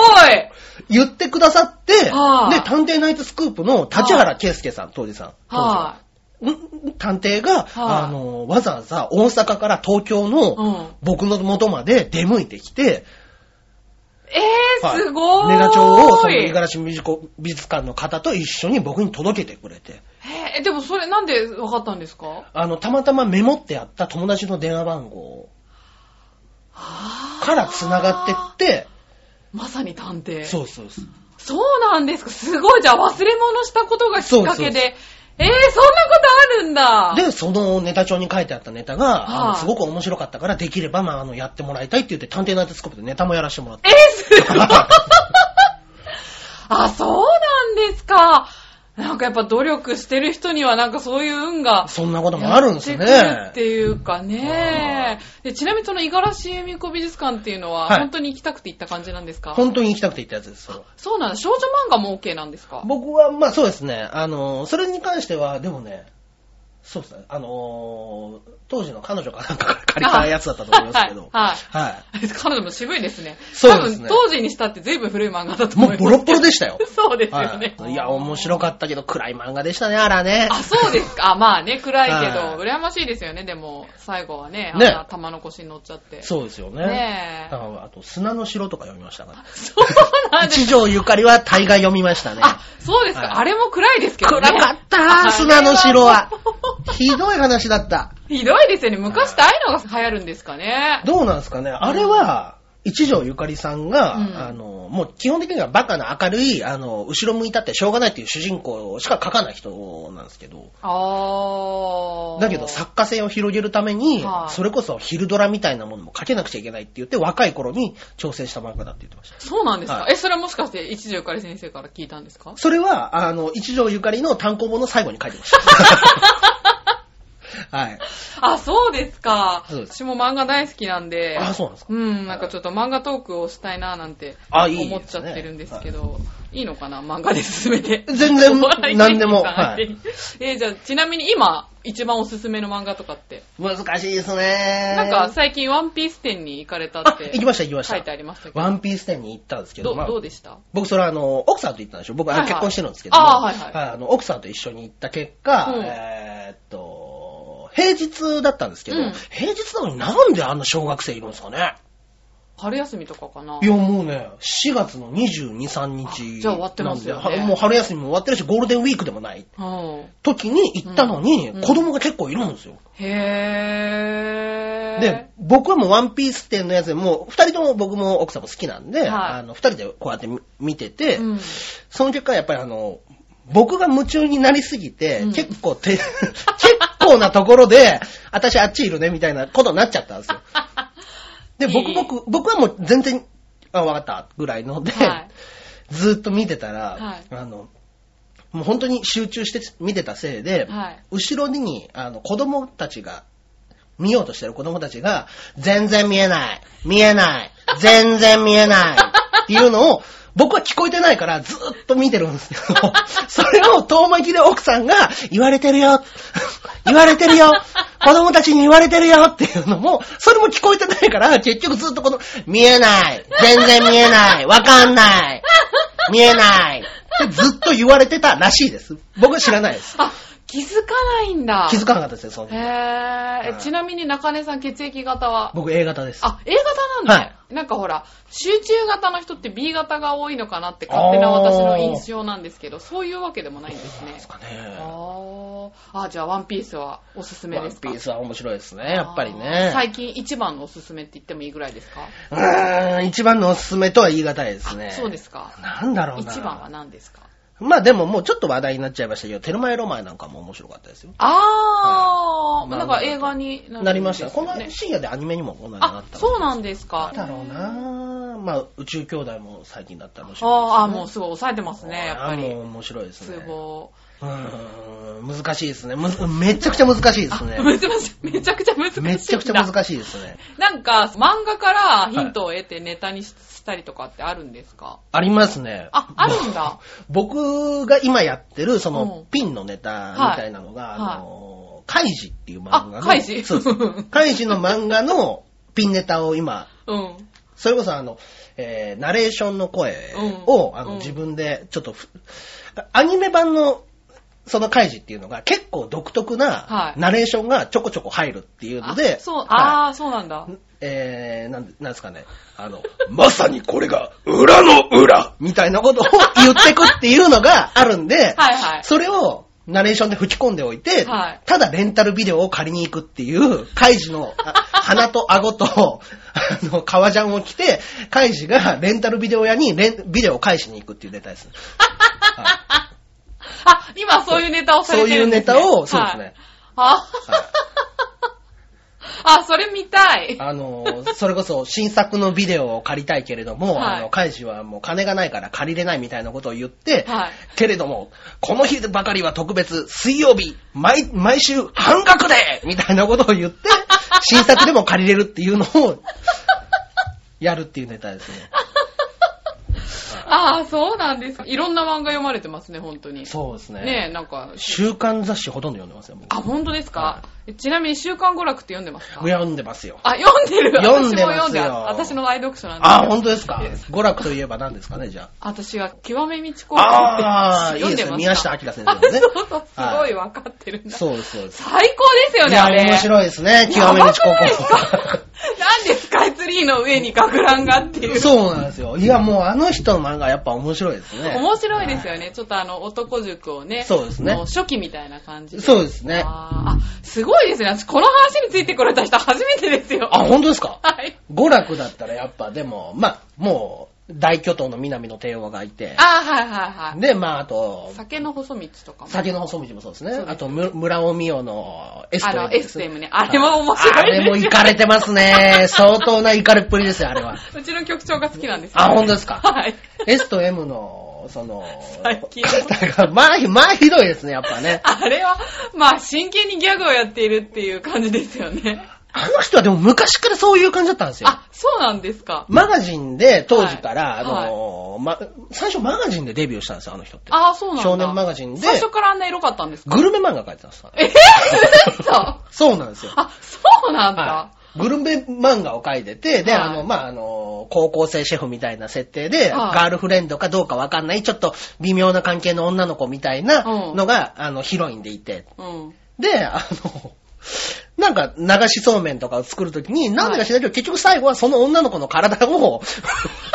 Speaker 1: 言ってくださって、で、
Speaker 2: はい
Speaker 1: 探偵ナイトスクープの立原圭介さん、当時さん。当時は
Speaker 2: は
Speaker 1: ん探偵が、
Speaker 2: はい
Speaker 1: あの、わざわざ大阪から東京
Speaker 2: い。う
Speaker 1: の
Speaker 2: ん。
Speaker 1: 僕の元まで出向いてきて、
Speaker 2: えー、すごーい。
Speaker 1: ネガ帳を、その、
Speaker 2: え
Speaker 1: 五十嵐美術子美術館の方と一緒に僕に届けてくれて、
Speaker 2: ーでもそれなんで分かったんですか
Speaker 1: あの、たまたまメモってあった友達の電話番号から繋がってって、
Speaker 2: まさに探偵。
Speaker 1: そうそうそう。
Speaker 2: そうなんですか。すごい。じゃあ忘れ物したことがきっか
Speaker 1: そうそ
Speaker 2: けで。
Speaker 1: うそう
Speaker 2: えー、そんなことあるんだ。
Speaker 1: で、そのネタ帳に書いてあったネタが、あ
Speaker 2: は
Speaker 1: の
Speaker 2: い
Speaker 1: すごく面白かったから、できれば、まあ、あの、やってもらいたいって言って、探偵ナイトスコープでネタもやらせてもらっ
Speaker 2: え
Speaker 1: て。
Speaker 2: ー、すごい。あ、そうなんですか。なんかやっぱ努力してる人にはなんかそういう運が。
Speaker 1: そんなこともあるんです
Speaker 2: やってくる
Speaker 1: ね
Speaker 2: っ。ていうかね。でちなみにその五十嵐由美子美術館っていうのは、
Speaker 1: はい
Speaker 2: 本当に行きたくて行った感じなんですか
Speaker 1: 本当に行きたくて行ったやつです。それは
Speaker 2: そうなんだ。少女漫画も OK なんですか
Speaker 1: 僕は、まあそうですね、あの、それに関しては、でもね、そうですね、あのー、当時の彼女かなんかから借りたやつだったと思いますけど、
Speaker 2: はい
Speaker 1: は
Speaker 2: 彼女も渋いですね。
Speaker 1: そうですね
Speaker 2: 多分当時にしたって随分古い漫画だ
Speaker 1: い。
Speaker 2: と
Speaker 1: も
Speaker 2: 思いう
Speaker 1: ボ
Speaker 2: ます。
Speaker 1: ロッボロでしたよ。
Speaker 2: そうですよね。
Speaker 1: はい、いや、面白かったけど、暗い漫画でしたね、あらね。
Speaker 2: あ、そうですか。あまあね、暗いけど、
Speaker 1: は
Speaker 2: 羨ましいですよね。でも、最後はね、あん
Speaker 1: ね
Speaker 2: な玉の腰に乗っちゃって。
Speaker 1: そうですよね。
Speaker 2: ねえ
Speaker 1: だからあと、砂の城とか読みましたから。
Speaker 2: そう なんです。
Speaker 1: 一条ゆかりは大概読みましたね。
Speaker 2: あ、そうですか。
Speaker 1: はい
Speaker 2: あれも暗いですけど
Speaker 1: 暗
Speaker 2: ね。
Speaker 1: かっ
Speaker 2: あれ
Speaker 1: た、砂の城 は。ひどい話だった。
Speaker 2: ひどいですよね。昔ってああいうのが流行るんですかね。
Speaker 1: どうなんですかねあれは、一条ゆかりさんが、
Speaker 2: うん
Speaker 1: あの、もう基本的にはバカな明るい、あの、後ろ向いたってしょうがないっていう主人公しか書かない人なんですけど、
Speaker 2: あー。
Speaker 1: だけど作家性を広げるために
Speaker 2: は、い
Speaker 1: それこそ昼ドラみたいなものも書けなくちゃいけないって言って、若い頃に調整した漫画だって言ってました。
Speaker 2: そうなんですか。
Speaker 1: はい
Speaker 2: え、それはもしかして一条ゆかり先生から聞いたんですか
Speaker 1: それは、あの、一条ゆかりの単行本の最後に書いてまし た。はい。
Speaker 2: あ、そうですか。
Speaker 1: そうです
Speaker 2: 私も漫画大好きなんで。
Speaker 1: あ、そうなんですか。
Speaker 2: うん、なんかちょっと漫画トークをしたいななんて
Speaker 1: あいいですね
Speaker 2: 思っちゃってるんですけど、いいのかな漫画で進めて。
Speaker 1: 全然何でも
Speaker 2: は
Speaker 1: はいい。
Speaker 2: えーじゃあ、ちなみに今、一番おすすめの漫画とかって、
Speaker 1: 難しいですね。
Speaker 2: なんか最近ワンピース店に行かれた
Speaker 1: あ
Speaker 2: っ、て
Speaker 1: 行きました行きまし
Speaker 2: 書いて
Speaker 1: た。
Speaker 2: ありましたけど、
Speaker 1: ワンピース店に行ったんですけど、
Speaker 2: ど
Speaker 1: まあ
Speaker 2: どうでした
Speaker 1: 僕それはあの、奥さんと行ったんでしょ僕
Speaker 2: はい
Speaker 1: は
Speaker 2: はい
Speaker 1: 結婚してるんですけど、
Speaker 2: あーはいはい
Speaker 1: あの奥さんと一緒に行った結果、
Speaker 2: うん
Speaker 1: えーっと、平日だったんですけど、
Speaker 2: うん
Speaker 1: 平日なのになんであんな小学生いるんですかね
Speaker 2: 春休みとかかない
Speaker 1: やもうね、4月の22、3日。
Speaker 2: じゃあ終わってますよね
Speaker 1: なんではもう春休みも終わってるし、ゴールデンウィークでもない
Speaker 2: うん。
Speaker 1: 時に行ったのに、
Speaker 2: うん
Speaker 1: 子供が結構いるんですよ。
Speaker 2: へー。
Speaker 1: で、僕はもうワンピース店のやつでもう、二人とも僕も奥さんも好きなんで、
Speaker 2: はい
Speaker 1: あの、二人でこうやって見見てて、
Speaker 2: うん、
Speaker 1: その結果やっぱりあの、僕が夢中になりすぎて、
Speaker 2: うん
Speaker 1: 結構て、 結構なところで、私あっちいるねみたいなことになっちゃったん ですよ。で、
Speaker 2: い
Speaker 1: 僕、
Speaker 2: い
Speaker 1: 僕、僕はもう全然、あ、わかった、ぐらいので、
Speaker 2: はい。
Speaker 1: ずーっと見てたら、
Speaker 2: はい
Speaker 1: あの、もう本当に集中して見てたせいで、
Speaker 2: はい
Speaker 1: 後ろに、あの、子供たちが、見ようとしてる子供たちが、全然見えない、見えない、全然見えない、っていうのを、僕は聞こえてないからずーっと見てるんです けど、それを遠巻きで奥さんが、言われてるよ、言われてるよ、子供たちに言われてるよっていうのも、それも聞こえてないから、結局ずっとこの、見えない、全然見えない、わかんない、見えないってずっと言われてたらしいです。僕は知らないです。
Speaker 2: あ、気づかないんだ。
Speaker 1: 気づかなかったですよ、その時
Speaker 2: へー。
Speaker 1: は
Speaker 2: え
Speaker 1: い
Speaker 2: ちなみに中根さん血液型は
Speaker 1: 僕 A 型です。
Speaker 2: あ、A 型なんだ、
Speaker 1: は
Speaker 2: なんかほら、集中型の人って B 型が多いのかなって勝手な私の印象なんですけど、そういうわけでもないんですね
Speaker 1: です。かね。
Speaker 2: あーあ、じゃあワンピースはおすすめ
Speaker 1: ワ
Speaker 2: で
Speaker 1: ン
Speaker 2: すか
Speaker 1: ピースは面白いですね、やっぱり
Speaker 2: あー
Speaker 1: ね。
Speaker 2: 最近一番のおすすめって言ってもいいぐらいですか、
Speaker 1: うーん、一番のおすすめとは言い難いですね。
Speaker 2: そうですか。
Speaker 1: なんだろうな。
Speaker 2: 一番は何ですか
Speaker 1: まあでももうちょっと話題になっちゃいましたけど、テルマエロマエなんかも面白かったですよ。
Speaker 2: あー、
Speaker 1: はい
Speaker 2: なんか映画にな,、
Speaker 1: なりました。この
Speaker 2: ね。
Speaker 1: 深夜でアニメにもこんなにな
Speaker 2: あ
Speaker 1: っ、た
Speaker 2: そう
Speaker 1: な
Speaker 2: なんですか。
Speaker 1: んだろうな。まあ、宇宙兄弟も最近だったら面白いです、
Speaker 2: あーあー、もうすごい抑えてますね、やっぱ
Speaker 1: あー
Speaker 2: り
Speaker 1: も。う面白いです
Speaker 2: す
Speaker 1: ね。
Speaker 2: ご
Speaker 1: う
Speaker 2: い。
Speaker 1: ーん難しいですね。むずめちゃくちゃ難しいですね。
Speaker 2: めちゃめちゃくちゃ難しいんだ。
Speaker 1: めちゃくちゃ難しいですね。
Speaker 2: なんか、漫画からヒントを得てネタにしたりとかってあるんですか、
Speaker 1: ありますね。
Speaker 2: あ、ある んだ。
Speaker 1: 僕が今やってる、そうの
Speaker 2: ん、
Speaker 1: ピンのネタみたいなのが、
Speaker 2: はい
Speaker 1: あのー、カイジっていう漫画
Speaker 2: あ
Speaker 1: の。、
Speaker 2: カイジ
Speaker 1: そう
Speaker 2: う。
Speaker 1: そうん カイジの漫画のピンネタを今、
Speaker 2: うん。
Speaker 1: それこそあの、えー、ナレーションの声を、
Speaker 2: うん
Speaker 1: あ
Speaker 2: うん
Speaker 1: の、自分で、ちょっとふ、アニメ版の、そのカイジっていうのが結構独特
Speaker 2: は
Speaker 1: ないナレーションがちょこちょこ入るっていうので、
Speaker 2: あそう、
Speaker 1: はい
Speaker 2: ああ、そうなんだ。
Speaker 1: えー、なん、なんですかね、あの、まさにこれが裏の裏みたいなことを言ってくっていうのがあるんで、
Speaker 2: はい はい。
Speaker 1: それをナレーションで吹き込んでおいて、
Speaker 2: はい
Speaker 1: ただレンタルビデオを借りに行くっていう、カイジのあ鼻と顎と、あの、革ジャンを着て、カイジがレンタルビデオ屋にレンビデオを返しに行くっていうネタです。
Speaker 2: あ、今そういうネタをされてるんです、ね、
Speaker 1: そういうネタをそうですね
Speaker 2: はいあ、あ、それ見たい。
Speaker 1: あの、それこそ新作のビデオを借りたいけれども、
Speaker 2: はい
Speaker 1: あの、カイジはもう金がないから借りれないみたいなことを言って、
Speaker 2: はい
Speaker 1: けれども、この日ばかりは特別、水曜日、毎、毎週半額でみたいなことを言 って、新作でも借りれるっていうのを、やるっていうネタですね。
Speaker 2: ああ、そうなんですか。いろんな漫画読まれてますね、本当に。
Speaker 1: そうですね。
Speaker 2: ねえ、なんか、
Speaker 1: 週刊雑誌ほとんど読んでますよ、
Speaker 2: あ、本当ですか、ちなみに週刊娯楽って読んでますか
Speaker 1: 僕。読んでますよ。
Speaker 2: あ、読んでる。
Speaker 1: 読んでますよ
Speaker 2: 私も読んでる。私の愛読書なんです
Speaker 1: あ、
Speaker 2: けど
Speaker 1: 本当ですか娯楽といえば何ですかね、じゃあ。
Speaker 2: 私は、極め道子
Speaker 1: ああ、いいですね。
Speaker 2: 読ん
Speaker 1: 宮
Speaker 2: まし
Speaker 1: 下
Speaker 2: た
Speaker 1: 明先生のね
Speaker 2: あ。 そうそう、すご
Speaker 1: はい
Speaker 2: 分かってるんだ。
Speaker 1: そうです、そうです。
Speaker 2: 最高ですよ
Speaker 1: い
Speaker 2: ね、
Speaker 1: や、
Speaker 2: あれ。
Speaker 1: 面白いですね、極め道
Speaker 2: やばくないです
Speaker 1: 高
Speaker 2: かなんでスカイツリーの上に学ランがってい
Speaker 1: 校。
Speaker 2: う。
Speaker 1: そうなんですよ。いや、もうあの人の漫画やっぱ面白いですね。
Speaker 2: 面白いですよね。ちょっとあの、男塾をね。
Speaker 1: そうですね
Speaker 2: も初期みたいな感じで。
Speaker 1: そうですね。あ、
Speaker 2: あーあ、すごいですね。私、この話についてこれた人初めてですよ。
Speaker 1: 本当ですか
Speaker 2: はい。
Speaker 1: 娯楽だったらやっぱでも、まあ、もう、大巨頭の南野帝王がいて、
Speaker 2: あーはいはいはい。
Speaker 1: で、まあ、あと、
Speaker 2: 酒の細道とかも。
Speaker 1: 酒の細道もそうですね。
Speaker 2: そうです
Speaker 1: あと、む村尾美代の S
Speaker 2: あ
Speaker 1: M
Speaker 2: の、
Speaker 1: ですね
Speaker 2: SM ね。あれは面白
Speaker 1: あ
Speaker 2: いですよ
Speaker 1: れも行かれてますね。相当な行かれっぷりですよ、あれは。
Speaker 2: うちの局長が好きなんですよ。
Speaker 1: あ、本当ですか
Speaker 2: はい。
Speaker 1: S と M の、その
Speaker 2: 最、近
Speaker 1: 方が、まあ、ひまあ、ひどいですね、やっぱね。
Speaker 2: あれは、まあ、真剣にギャグをやっているっていう感じですよね。
Speaker 1: あの人はでも昔からそういう感じだったんですよ。
Speaker 2: あ、そうなんですか。
Speaker 1: マガジンで、当時から、
Speaker 2: はい
Speaker 1: あのーま、最初マガジンでデビューしたんですよ、あの人って。
Speaker 2: ああ、そうなんだ。
Speaker 1: 少年マガジンで
Speaker 2: 最初からあんな色かった んですか
Speaker 1: グルメ漫画書いてたんですよ。
Speaker 2: えー、嘘あ、
Speaker 1: そうなんですよ。
Speaker 2: そうなんだ。
Speaker 1: はいグルメ漫画を書いてて、で、
Speaker 2: はい
Speaker 1: あの、まあ、あの、高校生シェフみたいな設定で、
Speaker 2: はい
Speaker 1: ガールフレンドかどうかわかんない、ちょっと微妙な関係の女の子みたいなのが、あの、ヒロインでいて、
Speaker 2: うん。
Speaker 1: で、あの、なんか流しそうめんとかを作るときに、なんでか知らないけど、結局最後はその女の子の体を、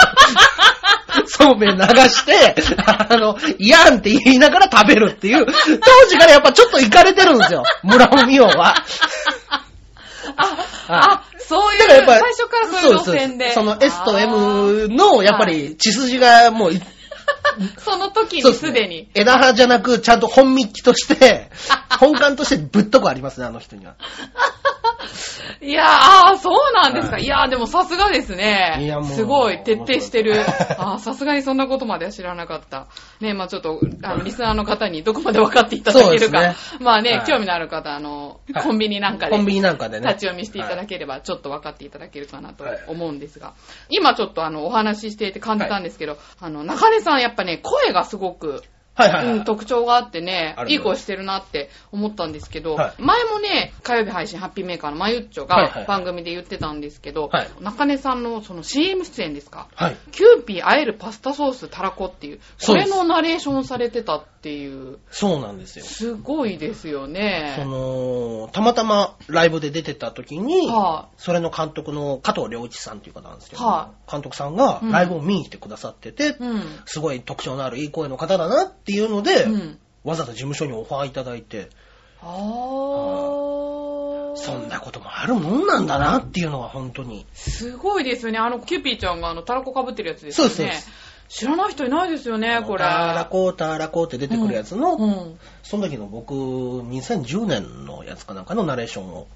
Speaker 1: そうめん流して、あの、いやんって言いながら食べるっていう、当時からやっぱちょっとイかれてるんですよ、村尾美桜 は。
Speaker 2: あ、
Speaker 1: は
Speaker 2: あ、そういう、
Speaker 1: だからやっぱ
Speaker 2: 最初からそういう路線で。
Speaker 1: そうすそうですその S と M
Speaker 2: あ
Speaker 1: の、
Speaker 2: ー
Speaker 1: やっぱり血筋がもう、
Speaker 2: はいその時
Speaker 1: そう
Speaker 2: に
Speaker 1: ですね
Speaker 2: でに。
Speaker 1: 枝葉じゃなく、ちゃんと本幹として、本館としてぶっとこありますね、あの人には。
Speaker 2: いやー、あーそうなんですか。
Speaker 1: はい
Speaker 2: い、やー、でもさすがですね。
Speaker 1: いやもう
Speaker 2: すごい、徹底してる
Speaker 1: 面白い。
Speaker 2: あーさすがにそんなことまでは知らなかった。ね、まあちょっと、あの、リスナーの方にどこまで分かっていただけるか。
Speaker 1: そうです
Speaker 2: まあね、
Speaker 1: はい
Speaker 2: 興味のある方、あの、
Speaker 1: はい
Speaker 2: コンビニなんかで。
Speaker 1: コンビニなんかでね。
Speaker 2: 立ち読みしていただければ、ちょっと分かっていただけるかなと思うんですが、今ちょっとあの、お話ししていて感じたんですけど、あの、中根さんやっぱね、声がすごく、
Speaker 1: はいはいはい。
Speaker 2: うん、特徴があってね
Speaker 1: あ、り
Speaker 2: い
Speaker 1: が
Speaker 2: い
Speaker 1: とうございます
Speaker 2: 声してるなって思ったんですけど、
Speaker 1: はい
Speaker 2: 前もね、火曜日配信ハッピーメーカーのまゆっちょ
Speaker 1: はいはいは
Speaker 2: が
Speaker 1: い
Speaker 2: 番組で言ってたんですけど、
Speaker 1: はい
Speaker 2: 中根さんのその CM 出演ですか、
Speaker 1: はい。
Speaker 2: キューピーあえるパスタソースたらこっていう、
Speaker 1: そ
Speaker 2: こ
Speaker 1: うで
Speaker 2: れ
Speaker 1: す
Speaker 2: のナレーションされてたっていう、
Speaker 1: そうなんですよ。
Speaker 2: すごいですよ
Speaker 1: そ
Speaker 2: ね。
Speaker 1: の、たまたまライブで出てた時に、
Speaker 2: は
Speaker 1: それの監督の加藤良一さんっていう方なんですけど、
Speaker 2: は
Speaker 1: 監督さんがライブを見に来てくださってて、
Speaker 2: うん。
Speaker 1: すごい特徴のあるいい声の方だなっていうので、
Speaker 2: うん。
Speaker 1: わざわざ事務所にオファーいただいて、
Speaker 2: あー。
Speaker 1: そんなこともあるもんなんだなっていうのは本当に。
Speaker 2: すごいですよね。あの、キューピーちゃんがあの、たらこかぶってるやつですよね。
Speaker 1: そうですそう
Speaker 2: 知らない人いないですよね、これ。
Speaker 1: たらこ、たらこって出てくるやつの、
Speaker 2: うん。
Speaker 1: その時の僕、2010年のやつかなんかのナレーションを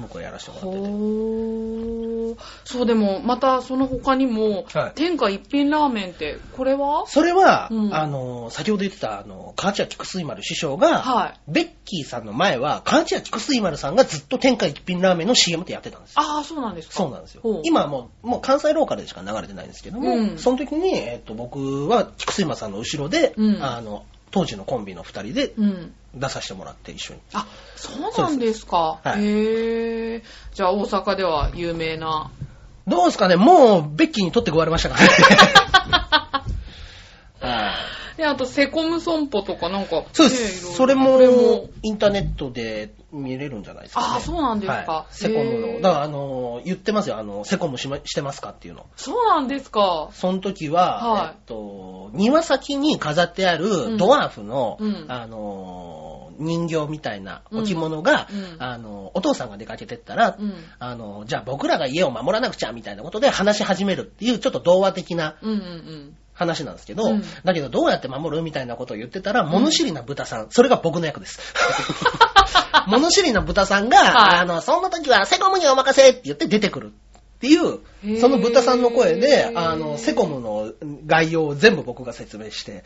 Speaker 1: 僕はやらせてもらってて。
Speaker 2: ほーそうでもまたその他にも、
Speaker 1: はい
Speaker 2: 天下一品ラーメンってこれは
Speaker 1: それは、
Speaker 2: うん
Speaker 1: あの、先ほど言ってた、あの、河内屋菊水丸師匠が、
Speaker 2: はい
Speaker 1: ベッキーさんの前は、河内屋菊水丸さんがずっと天下一品ラーメンの CM ってやってたんですよ。
Speaker 2: ああそうなんですか
Speaker 1: そうなんですよ
Speaker 2: ほう。
Speaker 1: 今はもう、もう関西ローカルでしか流れてないんですけども、
Speaker 2: うん
Speaker 1: その時に、えっ、と、僕は菊水丸さんの後ろで、
Speaker 2: うん
Speaker 1: あの、当時のコンビの二人で
Speaker 2: うん
Speaker 1: 出させてもらって一緒に。
Speaker 2: あそうなんですか
Speaker 1: そうですはい
Speaker 2: へえじゃあ大阪では有名な
Speaker 1: どうです かねもう、ベッキーに取ってこられましたからね。はい
Speaker 2: であとセコム損保とかなんか、
Speaker 1: そうで
Speaker 2: ねいろい
Speaker 1: す。
Speaker 2: ろ
Speaker 1: それ
Speaker 2: こ
Speaker 1: も、インターネットで見れるんじゃないですか、ね。
Speaker 2: ああ、そうなんですか。
Speaker 1: はい、セコム
Speaker 2: へ
Speaker 1: の。
Speaker 2: ー
Speaker 1: だから、あのー、言ってますよ。あの、セコムし,、ま、してますかっていうの。
Speaker 2: そうなんですか。
Speaker 1: その時は、
Speaker 2: はい
Speaker 1: えっと、庭先に飾ってあ
Speaker 2: ん
Speaker 1: るドワーフの、
Speaker 2: うん
Speaker 1: あのー、人形みたいな置物が、
Speaker 2: うん
Speaker 1: あのー、お父さんが出かけてったら、
Speaker 2: うん
Speaker 1: あのー、じゃあ僕らが家を守らなくちゃみたいなことで話し始めるっていう、ちょっと童話的な
Speaker 2: うんうんうん。
Speaker 1: 話なんですけど、
Speaker 2: うん
Speaker 1: だけどどうやって守るみたいなことを言ってたら、物知りな豚さん、それが僕の役 です。物知りな豚さんが、
Speaker 2: はい
Speaker 1: あの、そんな時はセコムにお任せって言って出てくる。っていう
Speaker 2: へー、
Speaker 1: その豚さんの声で、あの、セコムの概要を全部僕が説明して、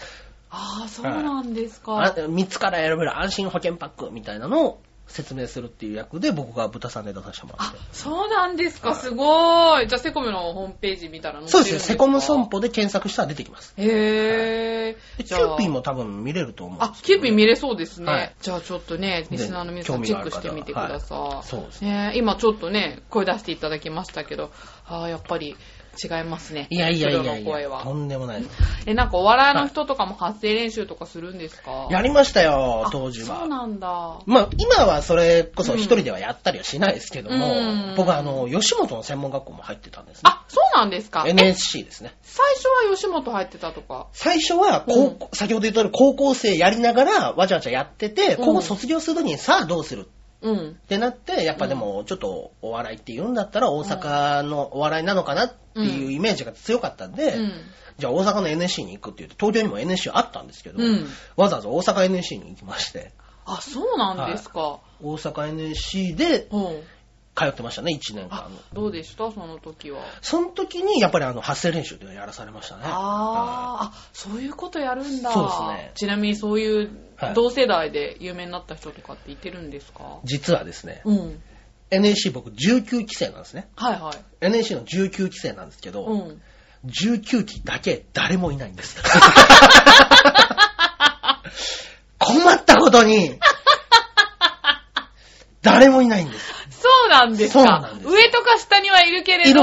Speaker 2: ああ、そうなんですか。
Speaker 1: あ3つから選べる安心保険パックみたいなのを説明するっていう役で僕が豚さんで出させてもらっ
Speaker 2: あ
Speaker 1: て。、
Speaker 2: そうなんですか、すごい。じゃあ、セコムのホームページ見たら載って
Speaker 1: そ
Speaker 2: る
Speaker 1: うんです
Speaker 2: か
Speaker 1: よ、セコム損。保で検索したら出てきます。
Speaker 2: へ
Speaker 1: で
Speaker 2: ぇ
Speaker 1: キューピー。も多分見れると思うんです
Speaker 2: あ、キューピー見れそうです
Speaker 1: は
Speaker 2: ね
Speaker 1: い。
Speaker 2: じゃあちょっとね、リスナーの皆さん
Speaker 1: ね
Speaker 2: チェックしてみてください。
Speaker 1: 興味がある方ははいそうです
Speaker 2: ね。今ちょっとね、声出していただきましたけど、ああ、やっぱり違いますね。
Speaker 1: いやいやい
Speaker 2: プロ
Speaker 1: や
Speaker 2: の
Speaker 1: い
Speaker 2: 声
Speaker 1: や、
Speaker 2: は
Speaker 1: と。んでもないです。
Speaker 2: え、なんかお笑いの人とかも発声練習とかするんですか
Speaker 1: や
Speaker 2: り
Speaker 1: りましたよ、当時
Speaker 2: そう
Speaker 1: は。
Speaker 2: なんだ。
Speaker 1: まあ、今はそれこそ一人ではやったりはしないですけども、
Speaker 2: うん
Speaker 1: 僕はあの、吉本の専門学校も入ってたんですね。
Speaker 2: あ、そうなんですか。え
Speaker 1: NSC ですね。
Speaker 2: 最初は吉本入ってたとか。
Speaker 1: 最初は高校、先ほど言ったように高校生やりながらわちゃわちゃやってて、
Speaker 2: うん
Speaker 1: 高校卒業するときにさあどうする
Speaker 2: うん。
Speaker 1: ってなって、やっぱでもちょっとお笑いって言うんだったら大阪のお笑いなのかなっていうイメージが強かったんで、
Speaker 2: うん。
Speaker 1: じゃあ大阪の NSC に行くって言って、東京にも NSC あったんですけど、
Speaker 2: うん
Speaker 1: わざわざ大阪 NSC に行きまして、
Speaker 2: あ、そうなんですか。
Speaker 1: 大阪 NSC で
Speaker 2: うん。
Speaker 1: 通ってましたね、1年間。、
Speaker 2: あどうでしたその時は。
Speaker 1: その時に、やっぱりあの、発声練習っていうのをやらされましたね。は
Speaker 2: あーあ、そういうことやるんだ。
Speaker 1: そうですね
Speaker 2: ちなみにそういう
Speaker 1: はい
Speaker 2: 同世代で有名になった人とかっていてるんですか、
Speaker 1: い実はですね、
Speaker 2: うん。
Speaker 1: NSC 僕19期生なんですね。
Speaker 2: はいはい。
Speaker 1: NSC の19期生なんですけど、
Speaker 2: うん。
Speaker 1: 19期だけ誰もいないんです。 困ったことに、誰もいないんです。
Speaker 2: そうなんです
Speaker 1: そうな
Speaker 2: か
Speaker 1: んですよ
Speaker 2: 上とか下にはいるけれど。
Speaker 1: いるん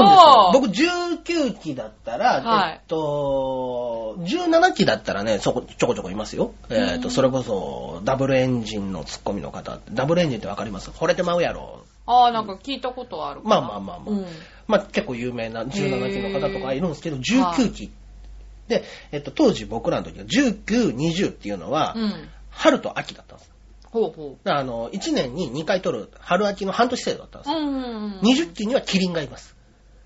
Speaker 1: ですよ。僕19期だったら、
Speaker 2: はい
Speaker 1: えっと、17期だったらね、そこ、ちょこちょこいますよ。えっと、それこそ、ダブルエンジンのツッコミの方、ダブルエンジンってわかります惚れてまうやろ。
Speaker 2: ああ、なんか聞いたことあるかな
Speaker 1: まあまあまあまあ
Speaker 2: うん。
Speaker 1: まあ結構有名な17期の方とかいるんですけど、19期。で、えっと、当時僕らの時は19、20っていうのは、
Speaker 2: うん。
Speaker 1: 春と秋だったんですよ。
Speaker 2: ほうほ
Speaker 1: だからあの、1年に2回取る春秋の半年制度だったんで
Speaker 2: う。
Speaker 1: す
Speaker 2: う
Speaker 1: よ。
Speaker 2: んうんうん。
Speaker 1: 20期にはキリンがいます。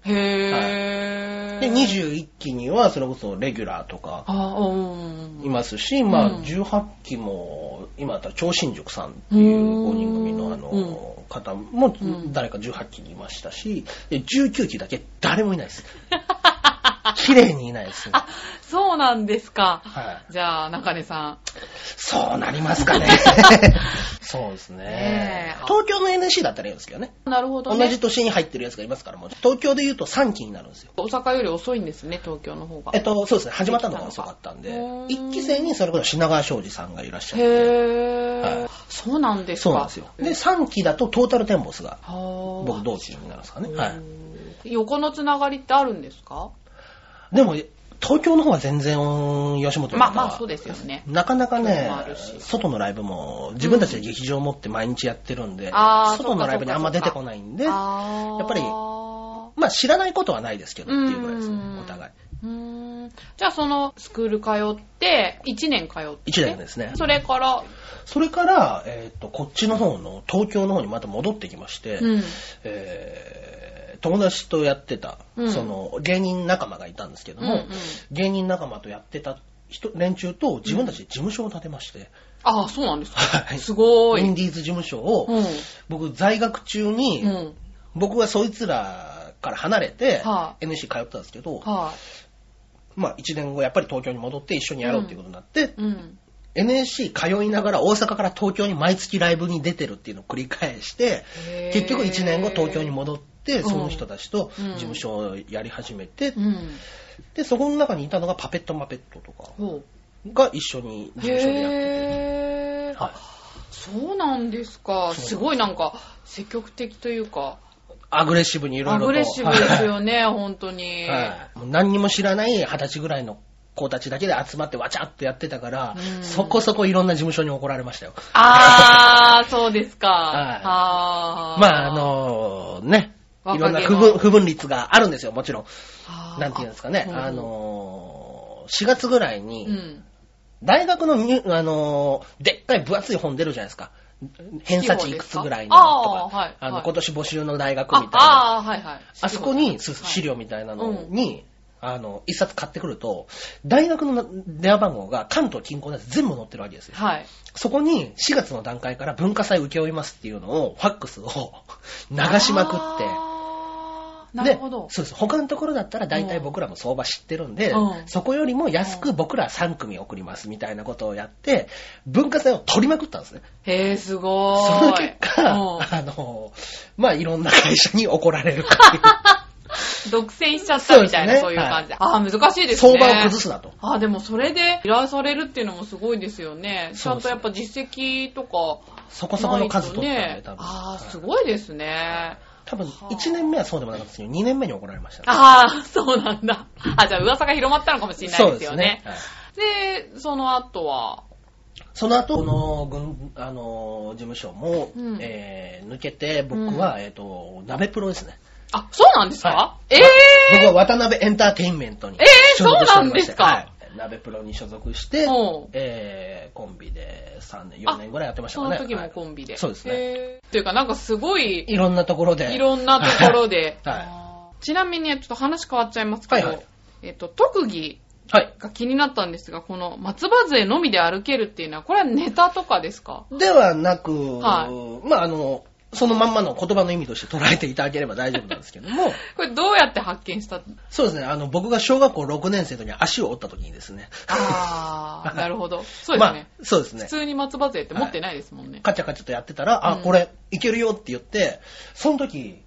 Speaker 2: へぇー。
Speaker 1: で、。21期にはそれこそレギュラーとか、
Speaker 2: あーうんうんうん。
Speaker 1: いますし、ま
Speaker 2: う
Speaker 1: あ、
Speaker 2: ん
Speaker 1: 18期も、今だったら超新塾さんっていう
Speaker 2: うん
Speaker 1: 5人組のあの、方も
Speaker 2: うん
Speaker 1: 誰か18期にいましたし、で19期だけ誰もいないです。 綺麗にいないですね。
Speaker 2: あ、そうなんですか。
Speaker 1: はい。
Speaker 2: じゃあ、中根さん。
Speaker 1: そうなります かね。そうです
Speaker 2: ね
Speaker 1: ね
Speaker 2: え。
Speaker 1: 東京の NC だったらいいんですけどね。
Speaker 2: なるほど
Speaker 1: 同
Speaker 2: ね。
Speaker 1: じ年に入ってるやつがいますから、もう東京で言うと3期になるんですよ。
Speaker 2: 大阪より遅いんですね、東京の方が。
Speaker 1: えっと、そうですね。始まったのが遅かったんで、
Speaker 2: うん
Speaker 1: 1期生にそれこそ品川庄司さんがいらっしゃって、
Speaker 2: へー、
Speaker 1: はい
Speaker 2: そうなんですか。
Speaker 1: そうなんですよ。で、3期だとトータルテンボスが
Speaker 2: は
Speaker 1: 僕同期になるんですかね。
Speaker 2: う
Speaker 1: は
Speaker 2: 横のつながりってあるんですか
Speaker 1: い。でも、東京の方は全然、吉本の方は
Speaker 2: まあまあそうですよね
Speaker 1: なかなか
Speaker 2: そういう
Speaker 1: ね
Speaker 2: のもあるし、
Speaker 1: 外のライブも自分たちで劇場を持って毎日やってるんで、
Speaker 2: あー
Speaker 1: 外のライブにあんま
Speaker 2: そっ
Speaker 1: 出
Speaker 2: か
Speaker 1: て
Speaker 2: そっか
Speaker 1: こないんで、ま
Speaker 2: あー
Speaker 1: やっぱりあ知らないことはないですけどっていうぐらいですね
Speaker 2: うん、
Speaker 1: お互い。
Speaker 2: うーんじゃあそのスクール通って、1年通って。
Speaker 1: 一年ですね
Speaker 2: それから、
Speaker 1: それから、えっと、こっちの方の、東京の方にまた戻ってきまして、
Speaker 2: うん。
Speaker 1: えー友達とやってた、
Speaker 2: うん
Speaker 1: その芸人仲間がいたんですけど
Speaker 2: う
Speaker 1: も、
Speaker 2: んうん
Speaker 1: 芸人仲間とやってた人連中と自分たちで事務所を建てまして、
Speaker 2: ああ、そうなんですか。
Speaker 1: はい
Speaker 2: すご
Speaker 1: イ
Speaker 2: い
Speaker 1: ン。ディーズ事務所を、
Speaker 2: うん。
Speaker 1: 僕在学中に、
Speaker 2: うん。
Speaker 1: 僕はそいつらから離れて、
Speaker 2: は
Speaker 1: NC 通ってたんですけど、
Speaker 2: は
Speaker 1: まあ1年後やっぱり東京に戻って一緒にやろうっていうことになって、
Speaker 2: い。うん。
Speaker 1: NSC 通いながら大阪から東京に毎月ライブに出てるっていうのを繰り返して
Speaker 2: へー
Speaker 1: 結局1年後東京に戻ってその人たちと
Speaker 2: うん
Speaker 1: 事務所をやり始めて、
Speaker 2: うん。
Speaker 1: でそこの中にいたのがパペットマペットとか
Speaker 2: ほう。
Speaker 1: が一緒に事務所でやって
Speaker 2: へ
Speaker 1: て、
Speaker 2: ー。
Speaker 1: はい、
Speaker 2: そうなんですか。
Speaker 1: そう
Speaker 2: すごいなんか、積極的というか、
Speaker 1: アグレッシブにいろい
Speaker 2: ア
Speaker 1: ろと
Speaker 2: グレッシブです
Speaker 1: は
Speaker 2: よね、本当に。
Speaker 1: いはいもう何にも知らない二十歳ぐらいの子たちだけで集まってわちゃっとやってたから
Speaker 2: う、ん
Speaker 1: そこそこいろんな事務所に怒られましたよ。
Speaker 2: あー、そうですか。
Speaker 1: はい
Speaker 2: あー。
Speaker 1: まあ、あ、のね、いろんな
Speaker 2: 若気
Speaker 1: 不
Speaker 2: の
Speaker 1: 分不分率があるんですよ、もちろん。
Speaker 2: あー
Speaker 1: なんていうんですかね、あ、
Speaker 2: うん
Speaker 1: の4月ぐらいうに、
Speaker 2: ん。
Speaker 1: 大学のミュ、あのでっかい分厚い本出るじゃないですか。偏差値いくつぐらいのと
Speaker 2: あーは
Speaker 1: か
Speaker 2: い、
Speaker 1: あの、
Speaker 2: はい
Speaker 1: 今年募集の大学みたいな。
Speaker 2: ああー、はいはい。
Speaker 1: あそこに、そうそう資料みたいなのに、あの、一冊買ってくると、大学の電話番号が関東近郊のやつ全部載ってるわけですよ。
Speaker 2: はい。
Speaker 1: そこに4月の段階から文化祭請け負いますっていうのを、ファックスを流しまくって。
Speaker 2: あーなるほど
Speaker 1: で。そうです。他のところだったら大体僕らも相場知ってるんで、
Speaker 2: うん
Speaker 1: そこよりも安く僕ら3組送りますみたいなことをやって、文化祭を取りまくったんですね。
Speaker 2: へえ、すごーい。
Speaker 1: その結果、
Speaker 2: う
Speaker 1: あの、まあ、いろんな会社に怒られるっていう。
Speaker 2: ん独占しちゃったみたいな、
Speaker 1: そ
Speaker 2: そうう,、
Speaker 1: ですね
Speaker 2: いう感じで。ああ、難しいですね。
Speaker 1: 相場を崩すなと。
Speaker 2: あーでもそれで依頼されるっていうのもすごいですよね。ちゃんとやっぱ実績とか
Speaker 1: そこそこの数取ったん
Speaker 2: ない
Speaker 1: で、
Speaker 2: と
Speaker 1: 多
Speaker 2: ね
Speaker 1: 分。
Speaker 2: あーす
Speaker 1: い。
Speaker 2: ごいですね。
Speaker 1: 多分、1年目はそうでもなかったですけど、2年目に怒られましたね、
Speaker 2: ああ、そうなんだ。あ、じゃあ噂が広まったのかもしれない
Speaker 1: そう
Speaker 2: で
Speaker 1: ですす
Speaker 2: よ
Speaker 1: ね
Speaker 2: ね。。
Speaker 1: はい
Speaker 2: でその後は、
Speaker 1: その後、この、軍、あの、事務所も、
Speaker 2: うん
Speaker 1: えー、抜けて、僕は、えっ、と、鍋プロですね。
Speaker 2: あ、そうなんですか、
Speaker 1: は
Speaker 2: え
Speaker 1: 僕は渡辺エンターテインメントに
Speaker 2: えー
Speaker 1: 所属しておりまして。
Speaker 2: そうなん
Speaker 1: はい鍋プロに所属して
Speaker 2: うん、
Speaker 1: えー、コンビで3年、4年ぐらいやってま
Speaker 2: ー、
Speaker 1: した
Speaker 2: そ
Speaker 1: か
Speaker 2: の
Speaker 1: ね。
Speaker 2: 時も
Speaker 1: は
Speaker 2: コンビで。
Speaker 1: そうですね
Speaker 2: ね。っていうかなんかすごい
Speaker 1: い、いろんなところで。。
Speaker 2: いろんなところで
Speaker 1: はい
Speaker 2: あーちなみにちょっと話変わっちゃいますけど、
Speaker 1: はいはい
Speaker 2: えっと、特技
Speaker 1: はい。
Speaker 2: が気になったんですが、この松葉杖のみで歩けるっていうのは、これはネタとかですか
Speaker 1: ではなく、
Speaker 2: は
Speaker 1: まあ、あの、そのまんまの言葉の意味として捉えていただければ大丈夫なんですけど も、
Speaker 2: これどうやって発 見した
Speaker 1: そうですね、あの、僕が小学校6年生の時に足を折った時にですね、
Speaker 2: あー、なるほど。そうですね。
Speaker 1: まあ、そうです
Speaker 2: 普
Speaker 1: ね、
Speaker 2: 通に松葉杖って持ってないですもんね。
Speaker 1: カチャカチャとやってたら、あ、
Speaker 2: うん
Speaker 1: これ、いけるよって言って、その時、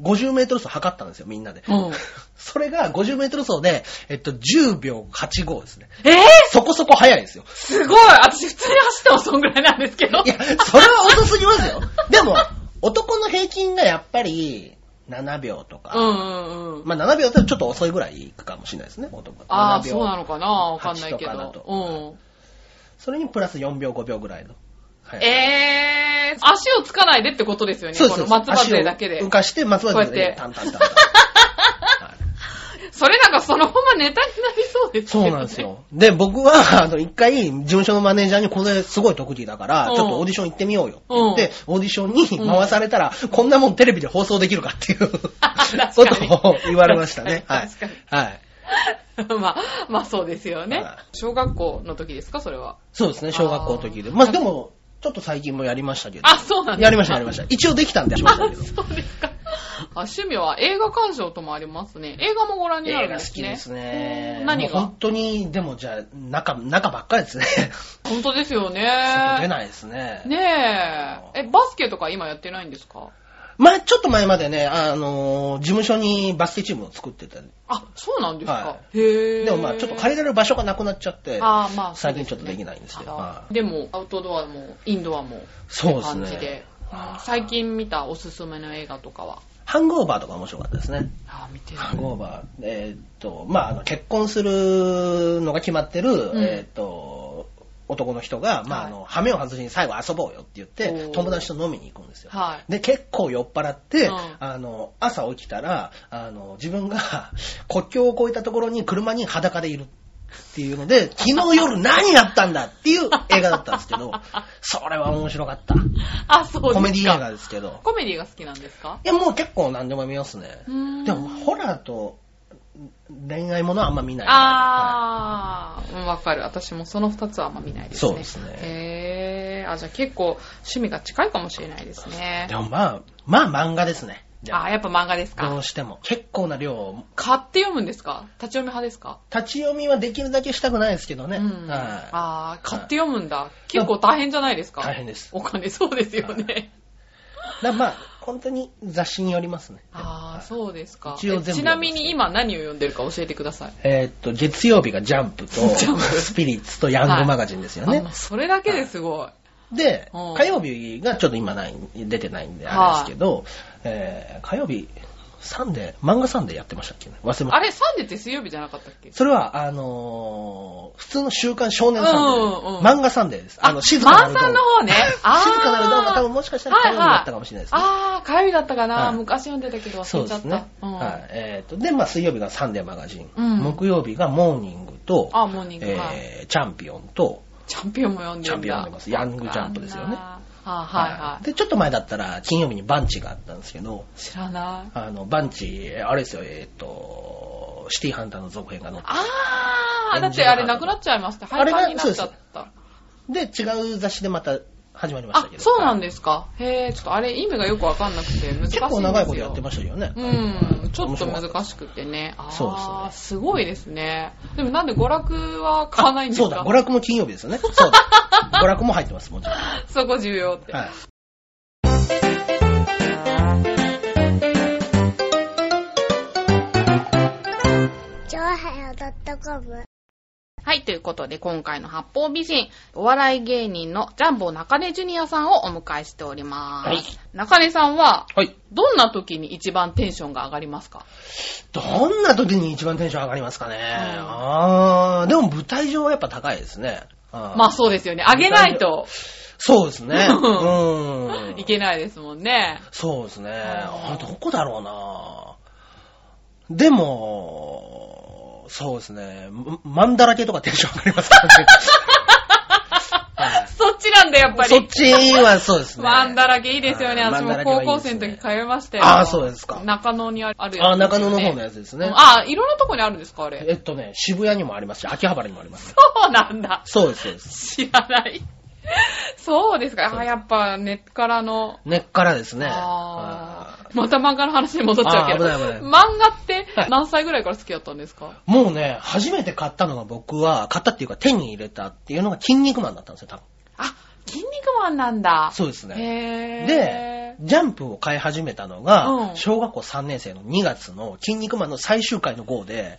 Speaker 1: 50メートル走測ったんですよ、みんなで。
Speaker 2: うん。
Speaker 1: それが50メートル走で、えっと、10秒85ですね。
Speaker 2: えー、
Speaker 1: そこそこ速いですよ。
Speaker 2: すごい私普通に走ってもそんぐらいなんですけど。
Speaker 1: いや、それは遅すぎますよ。でも、男の平均がやっぱり、7秒とか、
Speaker 2: うんうんうん。
Speaker 1: まあ、7秒ってちょっと遅いぐらいいくかもしれないですね、男
Speaker 2: ああ、
Speaker 1: 7秒
Speaker 2: そうなのかなわかんないけ
Speaker 1: 8とかだと
Speaker 2: ど。
Speaker 1: それにプラス4秒、5秒ぐらいの。は
Speaker 2: うん。
Speaker 1: い
Speaker 2: えー、足をつかないでってことですよね。
Speaker 1: そうです
Speaker 2: この松葉杖だけ
Speaker 1: 足
Speaker 2: で
Speaker 1: を浮。かして、松葉杖
Speaker 2: こうや
Speaker 1: で
Speaker 2: っ、て
Speaker 1: タンタンタンタン。
Speaker 2: それなんかそのままネタになりそうですけ
Speaker 1: そ
Speaker 2: ど
Speaker 1: う
Speaker 2: ね
Speaker 1: なんです。よ。で、僕は、あの、一回、事務所のマネージャーに、これすごい特技だから、ち
Speaker 2: う
Speaker 1: ょ
Speaker 2: ん
Speaker 1: っとオーディション行ってみようよって言って、オーディションに回されたら、こんなもんテレビで放送できるかっ ていう、ことを言われましたね。はい
Speaker 2: 確かに。
Speaker 1: はい。
Speaker 2: まあ、まあそうですよね
Speaker 1: はい。
Speaker 2: 小学校の時ですか、それは。
Speaker 1: そうですね、小学校の時で。まあ、でも、ちょっと最近もやりましたけど。
Speaker 2: あ、そうなんですか
Speaker 1: やりました、やりました。一応できたんで、しましたけど。
Speaker 2: そうですか。あ、趣味は映画鑑賞ともありますね。映画もご覧になる
Speaker 1: 映
Speaker 2: ん
Speaker 1: 画
Speaker 2: で
Speaker 1: 好
Speaker 2: す
Speaker 1: き
Speaker 2: ね。
Speaker 1: ですね。
Speaker 2: 何
Speaker 1: もう
Speaker 2: が
Speaker 1: 本当に、でもじゃあ、中、中ばっかりですね。
Speaker 2: 本当ですよ
Speaker 1: 外出
Speaker 2: ね。
Speaker 1: ないですね。
Speaker 2: ねえ。え、バスケとか今やってないんですか
Speaker 1: まあ、ちょっと前までね、あのー事務所にバスケチームを作ってたんで
Speaker 2: あ、そうなんですか。
Speaker 1: は
Speaker 2: へえ。
Speaker 1: でもまあ、ちょっと借りれる場所がなくなっちゃって、
Speaker 2: あーまあそう
Speaker 1: 最
Speaker 2: ですね
Speaker 1: 近ちょっとできないんですけど。
Speaker 2: あ
Speaker 1: は
Speaker 2: らでも、アウトドアも、インドアも、
Speaker 1: いそうです
Speaker 2: 感じ
Speaker 1: ね
Speaker 2: で。。うん最近見たおすすめの映画とかは。
Speaker 1: ハングオーバーとか面白かったですね。
Speaker 2: あ、見てる。
Speaker 1: ハングオーバー、えーっと、まあ、あの、結婚するのが決まってる、
Speaker 2: ん
Speaker 1: えーっと、男の人が、まあ、あの、ハメを外しに最後遊ぼうよって言って
Speaker 2: おー、
Speaker 1: 友達と飲みに行くんですよ。
Speaker 2: はい。
Speaker 1: で、結構酔っ払って、
Speaker 2: うん
Speaker 1: あの、朝起きたら、あの、自分が 国境を越えたところに車に裸でいるっていうので、昨日夜何やったんだっていう映画だったんですけ ど、それは面白かった。
Speaker 2: あ、そうですか。
Speaker 1: コメディ映画ですけど。
Speaker 2: コメディが好きなんですか
Speaker 1: いや、もう結構何でも見ますね。
Speaker 2: うーん
Speaker 1: でも、ホラーと恋愛ものはあんま見ない。
Speaker 2: あー、うんわかる。私もその二つはあんま見ないですね。
Speaker 1: そうですね
Speaker 2: へー。あ、じゃあ結構趣味が近いかもしれないですね
Speaker 1: で。もまあ、まあ漫画ですね。じゃ
Speaker 2: あ、やっぱ漫画です
Speaker 1: あ、ど
Speaker 2: か
Speaker 1: う。しても。結構な量、
Speaker 2: 買って読むんですか立ち読み派ですか
Speaker 1: 立ち読みはできるだけしたくないですけどね。
Speaker 2: うん。
Speaker 1: はい
Speaker 2: あー、買って読むんだ。結構大変じゃないですか
Speaker 1: 大変です
Speaker 2: お金、そうですよね。
Speaker 1: だからまあ、本当に雑誌によりますね。
Speaker 2: あー、そうですか。
Speaker 1: 一応全部
Speaker 2: えちなみに今何を読んでるか教えてください。
Speaker 1: えーっと、月曜日がジャンプと、
Speaker 2: ジャンプ
Speaker 1: スピリッツとヤングマガジンですよね。
Speaker 2: あもうそれだけですごい。
Speaker 1: で、
Speaker 2: うん
Speaker 1: 火曜日がちょっと今ない、出てないんで、あれですけど、えー火曜日、サンデー、漫画サンデーやってましたっけね忘れま
Speaker 2: あ
Speaker 1: した。
Speaker 2: れ、サンデーって水曜日じゃなかったっけ
Speaker 1: それは、あのー普通の週刊少年サンデー、
Speaker 2: うんうん
Speaker 1: 漫画サンデーです。あの、静かな
Speaker 2: マ
Speaker 1: る
Speaker 2: ン
Speaker 1: 動
Speaker 2: さんの
Speaker 1: 画。
Speaker 2: 方ね。あー
Speaker 1: 静かなる動画多分もしかしたら火曜日だったかもしれないですね。
Speaker 2: あー、火曜日だったかな、
Speaker 1: はい
Speaker 2: 昔読んでたけど
Speaker 1: そ
Speaker 2: 忘
Speaker 1: う
Speaker 2: れちゃ
Speaker 1: で
Speaker 2: っ
Speaker 1: す
Speaker 2: た。
Speaker 1: ね。
Speaker 2: うん
Speaker 1: はい。えっ、と、で、まあ、水曜日がサンデーマガジン、
Speaker 2: うん
Speaker 1: 木曜日がモーニングと、
Speaker 2: あ、モーニング、はい。
Speaker 1: えー、チャンピオンと、
Speaker 2: チャンピオンも読んでるんだ
Speaker 1: チャンピオン読んでますヤングジャンプですよね
Speaker 2: あーはいはいはい。
Speaker 1: で、ちょっと前だったら、金曜日にバンチがあったんですけど、
Speaker 2: 知らない。
Speaker 1: あの、バンチ、あれですよ、えっ、と、シティハンターの続編が載って、
Speaker 2: あー、だってあれなくなっちゃいました。
Speaker 1: あ
Speaker 2: 廃
Speaker 1: れが
Speaker 2: 刊になっちゃった。
Speaker 1: で、違う雑誌でまた始まりました
Speaker 2: あ
Speaker 1: け、ど。
Speaker 2: そうなん
Speaker 1: で
Speaker 2: ですか。へー、ちょっとあれ意味がよくわかんなくて難しいんです
Speaker 1: 結
Speaker 2: よ。
Speaker 1: 構長いことやってましたよね。
Speaker 2: うん、ちょっと難
Speaker 1: し
Speaker 2: しくてね。あ
Speaker 1: そうです
Speaker 2: ー
Speaker 1: ね
Speaker 2: すごいですね。でもなんで娯楽は買わないんですか
Speaker 1: そうだ、娯楽も金曜日ですよね。そうだ。娯楽も入ってます、もちろん。は
Speaker 2: そこ重要って。
Speaker 1: い。
Speaker 3: チョアヘオ .com
Speaker 4: はい、ということで今回の八方美人、お笑い芸人のジャンボ中根ジュニアさんをお迎えしております。
Speaker 1: はい
Speaker 4: 中根さんは、
Speaker 1: はい。
Speaker 4: どんな時に一番テンションが上がりますか
Speaker 1: どんな時に一番テンション上がりますかね。あー、でも舞台上はやっぱ高いですね。
Speaker 4: ま
Speaker 1: ま
Speaker 4: あそうですよね。上げないと
Speaker 1: そうですね。うん。
Speaker 4: いけないですもんね。
Speaker 1: そうですね。あ、どこだろうなでも、そうですね。まマンだらけとかテンション上がりますからね。はい
Speaker 4: そっちなんだ、やっぱ
Speaker 1: そっ
Speaker 4: り。
Speaker 1: ちはそうですね。
Speaker 4: マンダラゲいいですよね。
Speaker 1: はい
Speaker 2: 私も高校生の時通いましたよ。
Speaker 1: あーそうですか
Speaker 2: 中野にあるやつですよね。
Speaker 1: あ、中野の方のやつです
Speaker 2: う
Speaker 1: ね
Speaker 2: ん。あー、いろんなとこにあるんですか、あれ。
Speaker 1: えっとね、渋谷にもありますし、秋葉原にもあります。
Speaker 2: そうなんだ。
Speaker 1: そうです、そうです。
Speaker 2: 知らない。そうですか。あー、やっぱ根っからの。
Speaker 1: 根っからですね。
Speaker 2: あ
Speaker 1: はい
Speaker 2: ーまた漫画の話に戻っちゃうけど。
Speaker 1: あー危ない危
Speaker 2: 漫画って
Speaker 1: はい
Speaker 2: 何歳ぐらいから好きだったんですか、
Speaker 1: もうね、初めて買ったのが僕は、買ったっていうか手に入れたっていうのが筋肉マンだったんですよ、多分。
Speaker 2: あ、筋肉マンなんだ。
Speaker 1: そうですね。
Speaker 2: へー。
Speaker 1: で、ジャンプを買い始めたのが、
Speaker 2: うん
Speaker 1: 小学校3年生の2月の筋肉マンの最終回の号 で、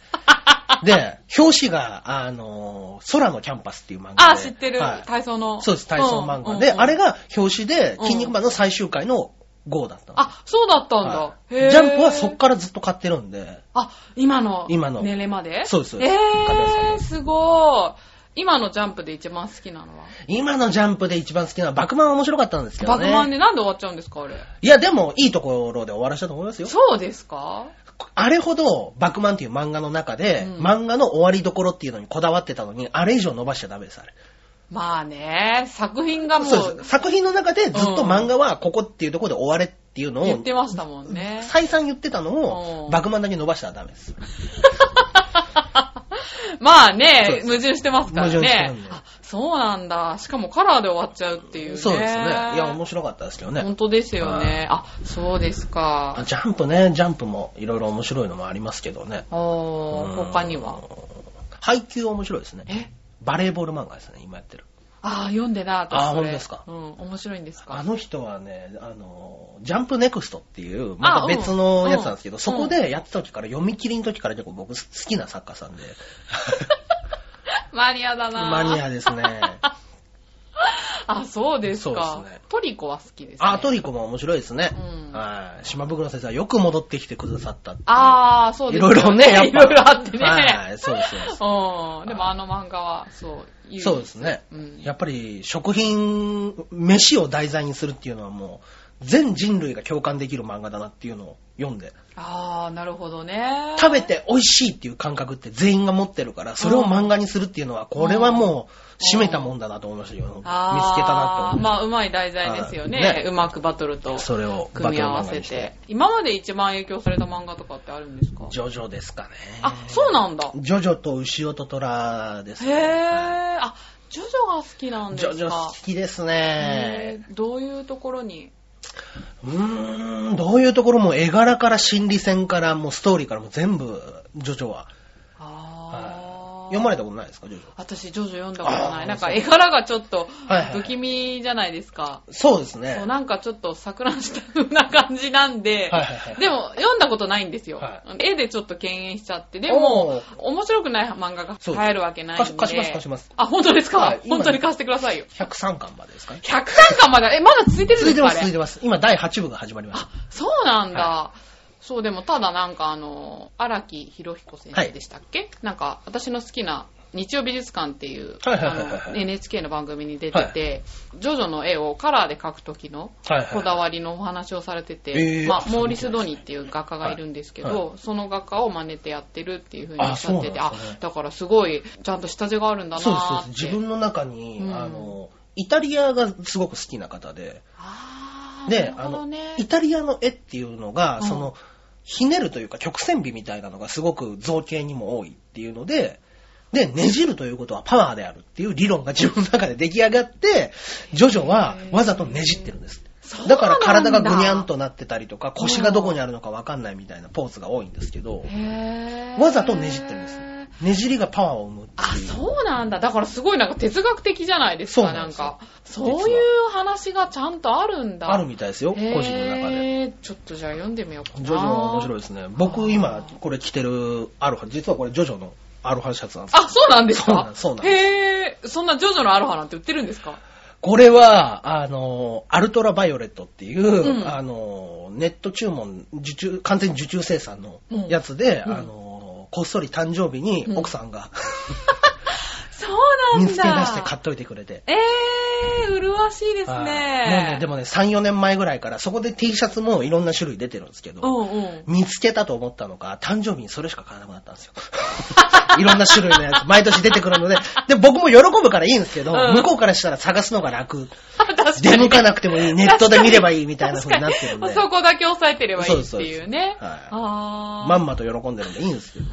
Speaker 1: で、表紙が、あのー空のキャンパスっていう漫画で。
Speaker 2: あ、知ってる。
Speaker 1: はい
Speaker 2: 体操の。
Speaker 1: そうです、体操漫画
Speaker 2: うん
Speaker 1: で、
Speaker 2: うんうん
Speaker 1: あれが表紙で、筋肉マンの最終回の号だったの。
Speaker 2: あ、そうだったんだ。
Speaker 1: はい
Speaker 2: へー
Speaker 1: ジャンプはそっ。からずっと買ってるんで、
Speaker 2: あ、今の。
Speaker 1: 今の
Speaker 2: 年齢まで
Speaker 1: そうですそう
Speaker 2: え
Speaker 1: です
Speaker 2: ー、すごい。今のジャンプで一番好きなのは、
Speaker 1: 今のジャンプで一番好きなのは、バクマンは面白かったんですけど
Speaker 2: バ
Speaker 1: ね。
Speaker 2: クマンでなんで終わっちゃうんですかあれ。
Speaker 1: いや、でも、いいところで終わらせたと思いますよ。
Speaker 2: そうですか
Speaker 1: あれほど、バクマンっていう漫画の中で、
Speaker 2: うん
Speaker 1: 漫画の終わりどころっていうのにこだわってたのに、あれ以上伸ばしちゃダメです、あれ。
Speaker 2: まあね、作品がも
Speaker 1: そう
Speaker 2: う
Speaker 1: です。作品の中でずっと漫画はここっていうところで終われっていうの
Speaker 2: 言っ
Speaker 1: を、
Speaker 2: てましたもんね。
Speaker 1: 再三言ってたの
Speaker 2: う
Speaker 1: を、
Speaker 2: ん
Speaker 1: バクマンだけ伸ばしたらダメです。
Speaker 2: まあ
Speaker 1: そう
Speaker 2: ね
Speaker 1: で、す
Speaker 2: 矛盾してますから
Speaker 1: 矛盾してる
Speaker 2: ね
Speaker 1: ん。で
Speaker 2: あそうなんだ。しかもカラーで終わっちゃうっていうね。
Speaker 1: そうですね。いや、面白かったですけどね
Speaker 2: 本。当ですよね。あ、そうですか。
Speaker 1: ジャンプね、ジャンプもいろいろ面白いのもありますけどね。
Speaker 2: お
Speaker 1: うん
Speaker 2: ー、他には。
Speaker 1: 配給面白いですね。
Speaker 2: え
Speaker 1: バレーボール漫画ですね、今やってる。
Speaker 2: あー、読んでな、私
Speaker 1: あー
Speaker 2: それ
Speaker 1: 本当ですか
Speaker 2: うん、面白いんです
Speaker 1: あ
Speaker 2: か
Speaker 1: の人はね、あの、ジャンプネクストっていう、また別のやつなんですけど、
Speaker 2: うん
Speaker 1: そこでやってた時から、読み切りの時から結構僕好きな作家さんで、
Speaker 2: マニアだな。
Speaker 1: マニアです ね。
Speaker 2: あ、そうです
Speaker 1: そ
Speaker 2: か
Speaker 1: うですね。
Speaker 2: トリコは好きですね。
Speaker 1: あ、トリコも面白いですね。
Speaker 2: うん
Speaker 1: はい。島袋先生はよく戻ってきてくださったっていう
Speaker 2: あー、そうです
Speaker 1: いろいろねやっぱ
Speaker 2: いろいろあってね。
Speaker 1: はい、そうですそうです。
Speaker 2: うん。でもあの漫画は、そう、い
Speaker 1: そうですね。
Speaker 2: うん
Speaker 1: やっぱり食品、飯を題材にするっていうのはもう、全人類が共感できる漫画だなっていうのを読んで、
Speaker 2: あー、なるほどね。
Speaker 1: 食べて美味しいっていう感覚って全員が持ってるから、それを漫画にするっていうのは、これはもう、締めたもんだなと思いましたよ。見つけたな
Speaker 2: あ
Speaker 1: って思
Speaker 2: ー
Speaker 1: いまし
Speaker 2: まあ、うまい題材ですよ
Speaker 1: は
Speaker 2: ね
Speaker 1: いね。
Speaker 2: うまくバトルと
Speaker 1: た。それをバトル
Speaker 2: 組み合
Speaker 1: 漫
Speaker 2: わ
Speaker 1: 画
Speaker 2: せ
Speaker 1: にして
Speaker 2: て。。今まで一番影響された漫画とかってあるんですか
Speaker 1: ジョジョですかね。
Speaker 2: あ、そうなんだ。
Speaker 1: ジョジョと牛音虎です
Speaker 2: へ
Speaker 1: ね。
Speaker 2: ー。あ、ジョジョが好きなんで
Speaker 1: ジ
Speaker 2: すか
Speaker 1: ョジョ好きです
Speaker 2: へ
Speaker 1: ね。
Speaker 2: ーどういうところに
Speaker 1: うーん、どういうところも絵柄から心理戦からもうストーリーからもう全部、ジョジョは。
Speaker 2: あー
Speaker 1: 読まれたことないですか、ジョジョ。
Speaker 2: 私、ジョジョ読んだこと
Speaker 1: あ
Speaker 2: な
Speaker 1: ー
Speaker 2: い。なんか絵柄がちょっと
Speaker 1: はいはい
Speaker 2: 不気味じゃないですか。
Speaker 1: そうですね
Speaker 2: そう。なんかちょっと錯乱したような感じなんで、
Speaker 1: はいはいはい
Speaker 2: でも読んだことないんですよ。
Speaker 1: は
Speaker 2: 絵でちょっと敬遠しちゃって、で
Speaker 1: お
Speaker 2: も
Speaker 1: ー
Speaker 2: 面白くない漫画が流
Speaker 1: そうです
Speaker 2: 行るわけないんで。
Speaker 1: 貸し貸します貸します
Speaker 2: あ、本当ですか、
Speaker 1: はい今
Speaker 2: 本当に貸してくださいよ。
Speaker 1: 103巻までですかね。
Speaker 2: 103巻まで、え、まだ続いてるん
Speaker 1: 続い
Speaker 2: です
Speaker 1: て
Speaker 2: か
Speaker 1: ま
Speaker 2: あ
Speaker 1: す、続い
Speaker 2: れ
Speaker 1: てます。今、第8部が始まりました。
Speaker 2: そうなんだ。そう、でもただなんかあの、荒木博彦先生でしたっけ、なんか私の好きな日曜美術館っていう、
Speaker 1: はいはいはいはい
Speaker 2: あの NHK の番組に出てて、ジョジョの絵をカラーで描く時の
Speaker 1: はいはい
Speaker 2: こだわりのお話をされてて、
Speaker 1: えー
Speaker 2: まあ、
Speaker 1: そうなんだ
Speaker 2: モーリス・ドニーっていう画家がいるんですけど、
Speaker 1: はい
Speaker 2: その画家を真似てやってるっていうふうにおっしゃってて、
Speaker 1: あそうなん
Speaker 2: あ
Speaker 1: ですね
Speaker 2: だからすごい、ちゃんと下地があるんだな
Speaker 1: そうです、
Speaker 2: ー
Speaker 1: そう
Speaker 2: って。
Speaker 1: です。自分の中に、
Speaker 2: うん
Speaker 1: あの、イタリアがすごく好きな方で、
Speaker 2: あー
Speaker 1: で、あ
Speaker 2: なるほど
Speaker 1: の
Speaker 2: ね、
Speaker 1: イタリアの絵っていうのが、
Speaker 2: うん
Speaker 1: その、ひねるというか曲線美みたいなのがすごく造形にも多いっていうので、で、ねじるということはパワーであるっていう理論が自分の中で出来上がって、ジョジョはわざとねじってるんです。だから体がぐにゃんとなってたりとか、腰がどこにあるのかわかんないみたいなポーズが多いんですけど、
Speaker 2: へー
Speaker 1: わざとねじってるんです。ねじりがパワーを生むって
Speaker 2: あ、
Speaker 1: いう。
Speaker 2: そうなんだ。だからすごいなんか哲学的じゃないです
Speaker 1: そ
Speaker 2: か、
Speaker 1: う
Speaker 2: な
Speaker 1: なん
Speaker 2: ん
Speaker 1: ですよ
Speaker 2: か。そういう話がちゃんとあるんだ。
Speaker 1: あるみたいですよ、個
Speaker 2: へー
Speaker 1: 人の中で。
Speaker 2: ちょっとじゃあ読んでみようか
Speaker 1: ジョ
Speaker 2: な。
Speaker 1: ジョは面白いですね。僕今これ着てるアロハ、実はこれジョジョのアロハシャツなんですけど
Speaker 2: あ、そうなんです
Speaker 1: そうなん
Speaker 2: か
Speaker 1: ですそうなんです
Speaker 2: へーそんなジョジョのアロハなんて売ってるんですか
Speaker 1: これは、あの、アルトラバイオレットっていう、
Speaker 2: うん
Speaker 1: あの、ネット注文、受注、完全に受注生産の
Speaker 2: うん
Speaker 1: やつで、
Speaker 2: うん
Speaker 1: あの、こっそり誕生日に
Speaker 2: うん
Speaker 1: 奥さんが
Speaker 2: そうなんだ。
Speaker 1: 見つけ出して買っといてくれて。
Speaker 2: えー、麗しいです
Speaker 1: はい
Speaker 2: ね。
Speaker 1: もうねでもね、3、4年前ぐらいから、そこで T シャツもいろんな種類出てるんですけど、
Speaker 2: うんうん。
Speaker 1: 見つけたと思ったのか、誕生日にそれしか買わなくなったんですよ。 いろんな種類のやつ、毎年出てくるので、で、僕も喜ぶからいいんですけど、
Speaker 2: うん
Speaker 1: 向こうからしたら探すのが楽。
Speaker 2: 確かに。
Speaker 1: 出向かなくても いい、ネットで見ればいいみたいな風になってるんで
Speaker 2: 確かに、そこだけ押さえてればいいっていうね。
Speaker 1: そうですそうですはい
Speaker 2: あー
Speaker 1: まんまと喜んでるんでいいんですけど。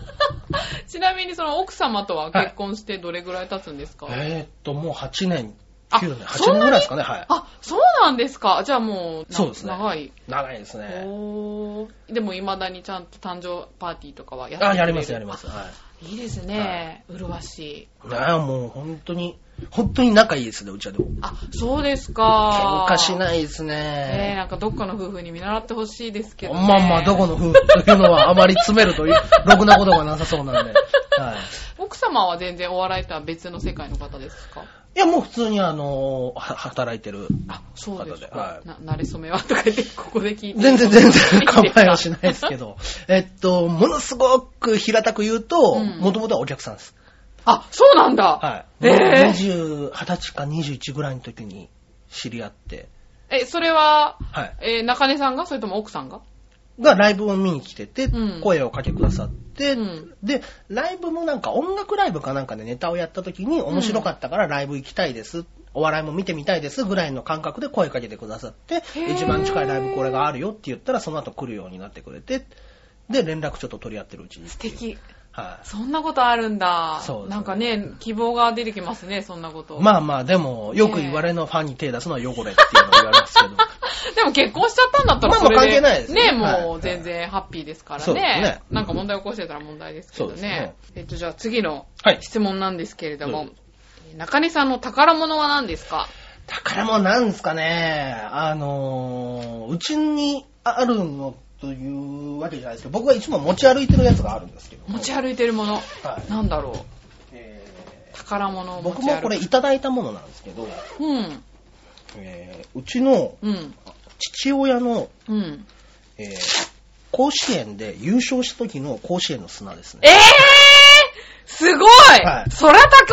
Speaker 2: ちなみにその奥様とは結婚してどれぐらい経つんですか、
Speaker 1: えーっと、もう8年、
Speaker 2: あ
Speaker 1: 9年、
Speaker 2: そ
Speaker 1: 8年
Speaker 2: んなに
Speaker 1: ぐらいですかね、はい。
Speaker 2: あ、そうなんですかじゃあもう、な
Speaker 1: そうですね
Speaker 2: 長い。
Speaker 1: 長いですね。
Speaker 2: おーでも未だにちゃんと誕生パーティーとかはやってくれ
Speaker 1: あ、
Speaker 2: る
Speaker 1: やります、やります。はい。
Speaker 2: あいいですね。麗しい。
Speaker 1: ああ、もう本当に、本当に仲いいですね、うちはでも。
Speaker 2: あ、そうですか。
Speaker 1: 喧嘩し
Speaker 2: い。
Speaker 1: ないです
Speaker 2: ねえ、
Speaker 1: ね。
Speaker 2: なんかどっかの夫婦に見習ってほしいですけど、ね。
Speaker 1: まあまあ、どこの夫婦というのはあまり詰める という、ろくなことがなさそうなんで。はい。
Speaker 2: 奥様は全然お笑いとは別の世界の方ですか
Speaker 1: いや、もう普通にあの、は働いてる。
Speaker 2: あ、そうで
Speaker 1: 方
Speaker 2: す
Speaker 1: では
Speaker 2: か。
Speaker 1: い
Speaker 2: な、慣れ初めはとか言って、ここで聞いて。
Speaker 1: 全然全然構えはし
Speaker 2: い
Speaker 1: ないですけど、 えっと、ものすごく平たく言うと、
Speaker 2: うん
Speaker 1: もともとはお客さんです。
Speaker 2: あ、そうなんだ。
Speaker 1: はい。
Speaker 2: ええ
Speaker 1: 20、20歳か21ぐらいの時に知り合って、
Speaker 2: え、それは、
Speaker 1: はい。
Speaker 2: えー中根さんがそれとも奥さんが
Speaker 1: がライブを見に来てて、
Speaker 2: うん
Speaker 1: 声をかけてくださって、
Speaker 2: うん
Speaker 1: で、ライブもなんか音楽ライブかなんかでネタをやった時に面白かったからライブ行きたいです。お笑いも見てみたいですぐらいの感覚で声かけてくださって、
Speaker 2: ー
Speaker 1: 一番近いライブこれがあるよって言ったらその後来るようになってくれて、で、連絡ちょっと取り合ってるうちに。
Speaker 2: 素敵。
Speaker 1: はい。
Speaker 2: そんなことあるんだ。
Speaker 1: そうですね
Speaker 2: なんかね、希望が出てきますね、そんなこと。
Speaker 1: まあまあ、でも、よく言われのファンに手出すのは汚れっていうのを言われます けど。
Speaker 2: でも結婚しちゃったんだったら
Speaker 1: まあ
Speaker 2: それで、
Speaker 1: まあ関係ないですね
Speaker 2: ね。も
Speaker 1: は
Speaker 2: う
Speaker 1: い
Speaker 2: 全然ハッピーですからね。
Speaker 1: そうですね
Speaker 2: なんか問題起こしてたら問題ですけど
Speaker 1: そう
Speaker 2: ね。
Speaker 1: ですね
Speaker 2: えっと、じゃあ次の
Speaker 1: はい
Speaker 2: 質問なんですけれど
Speaker 1: ど
Speaker 2: も、
Speaker 1: うぞ
Speaker 2: えー中根さんの宝物は何ですか
Speaker 1: 宝物なんですかね、あのーうちにあるのというわけじゃないですけど、僕はいつも持ち歩いてるやつがあるんですけど、
Speaker 2: 持ち歩いてるもの。
Speaker 1: はい
Speaker 2: なんだろう。
Speaker 1: え
Speaker 2: 宝物
Speaker 1: ー
Speaker 2: を持ち歩
Speaker 1: 僕
Speaker 2: く。
Speaker 1: もこれいただいたものなんですけど、
Speaker 2: うん。
Speaker 1: えーうちの
Speaker 2: うん。
Speaker 1: 父親の、
Speaker 2: うん。
Speaker 1: えー甲子園で優勝した時の甲子園の砂です
Speaker 2: え
Speaker 1: ね。
Speaker 2: えーすごい、
Speaker 1: はい
Speaker 2: そりゃ宝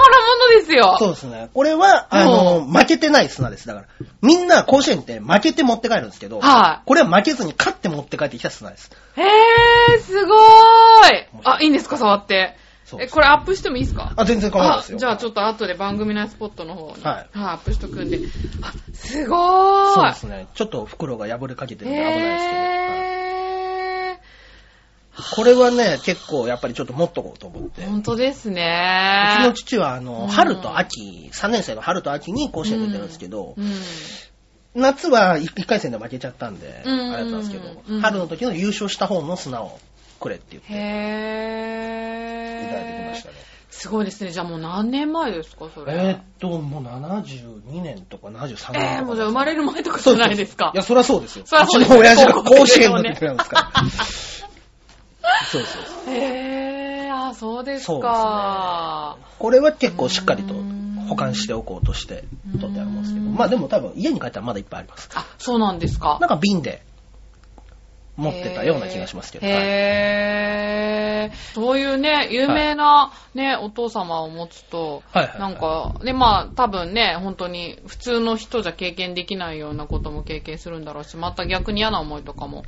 Speaker 2: 物ですよ
Speaker 1: そうですね。これは、あのー負けてない砂です。だから、みんな甲子園って負けて持って帰るんですけど、
Speaker 2: はい
Speaker 1: これは負けずに勝って持って帰ってきた砂です。
Speaker 2: えー、すごーいあ、いいんですか触って。
Speaker 1: そう
Speaker 2: え、これアップしてもいいですか
Speaker 1: あ、全然構わないですよ。
Speaker 2: じゃあちょっと後で番組のスポットの方に、
Speaker 1: はい
Speaker 2: アップしとくんで。あ、すご
Speaker 1: そう
Speaker 2: ーい
Speaker 1: ですね。ちょっと袋が破れかけてるんで危ないですけど、はい
Speaker 2: え
Speaker 1: これはね、結構やっぱりちょっと持っとこうと思って。
Speaker 2: ー、
Speaker 1: う
Speaker 2: 本当です
Speaker 1: ちの
Speaker 2: ね。
Speaker 1: 父は、あの、
Speaker 2: うん
Speaker 1: 春と秋、3年生の春と秋に甲子園出てるんですけど、
Speaker 2: うん。
Speaker 1: 夏は1回戦で負けちゃったんで、
Speaker 2: うん
Speaker 1: あれだったんですけど、
Speaker 2: うん
Speaker 1: 春の時の優勝した方の砂をくれって言って、いただいてき
Speaker 2: へ
Speaker 1: ま
Speaker 2: ー
Speaker 1: したね。
Speaker 2: すごいですね。じゃあもう何年前ですか、それ。
Speaker 1: えーっと、もう72年とか73年とか。
Speaker 2: えー、もうじゃあ生まれる前とかじ
Speaker 1: そう
Speaker 2: ゃないですか。
Speaker 1: いや、そりゃそうですよ。
Speaker 2: そりゃそう
Speaker 1: う
Speaker 2: で
Speaker 1: ち
Speaker 2: す
Speaker 1: の親父
Speaker 2: よ
Speaker 1: が
Speaker 2: 高校
Speaker 1: 甲子
Speaker 2: 生
Speaker 1: 園
Speaker 2: の
Speaker 1: の
Speaker 2: ね
Speaker 1: 時なんです から。そうですそうです。
Speaker 2: へー、あ、そうです
Speaker 1: そう
Speaker 2: か。
Speaker 1: これは結構しっかりと保管しておこうとして
Speaker 2: うん
Speaker 1: 取ってあるもんですけど、まあでも多分家に帰ったらまだいっぱいあります。
Speaker 2: あ、そうなんですか
Speaker 1: なん。か瓶で持ってたような気がしますけど。はい
Speaker 2: へー。そういうね、有名なね、お父様を持つと、
Speaker 1: はいはいはい
Speaker 2: なんか、ね、まあ、多分ね、本当に普通の人じゃ経験できないようなことも経験するんだろうし、また逆に嫌な思いとかも、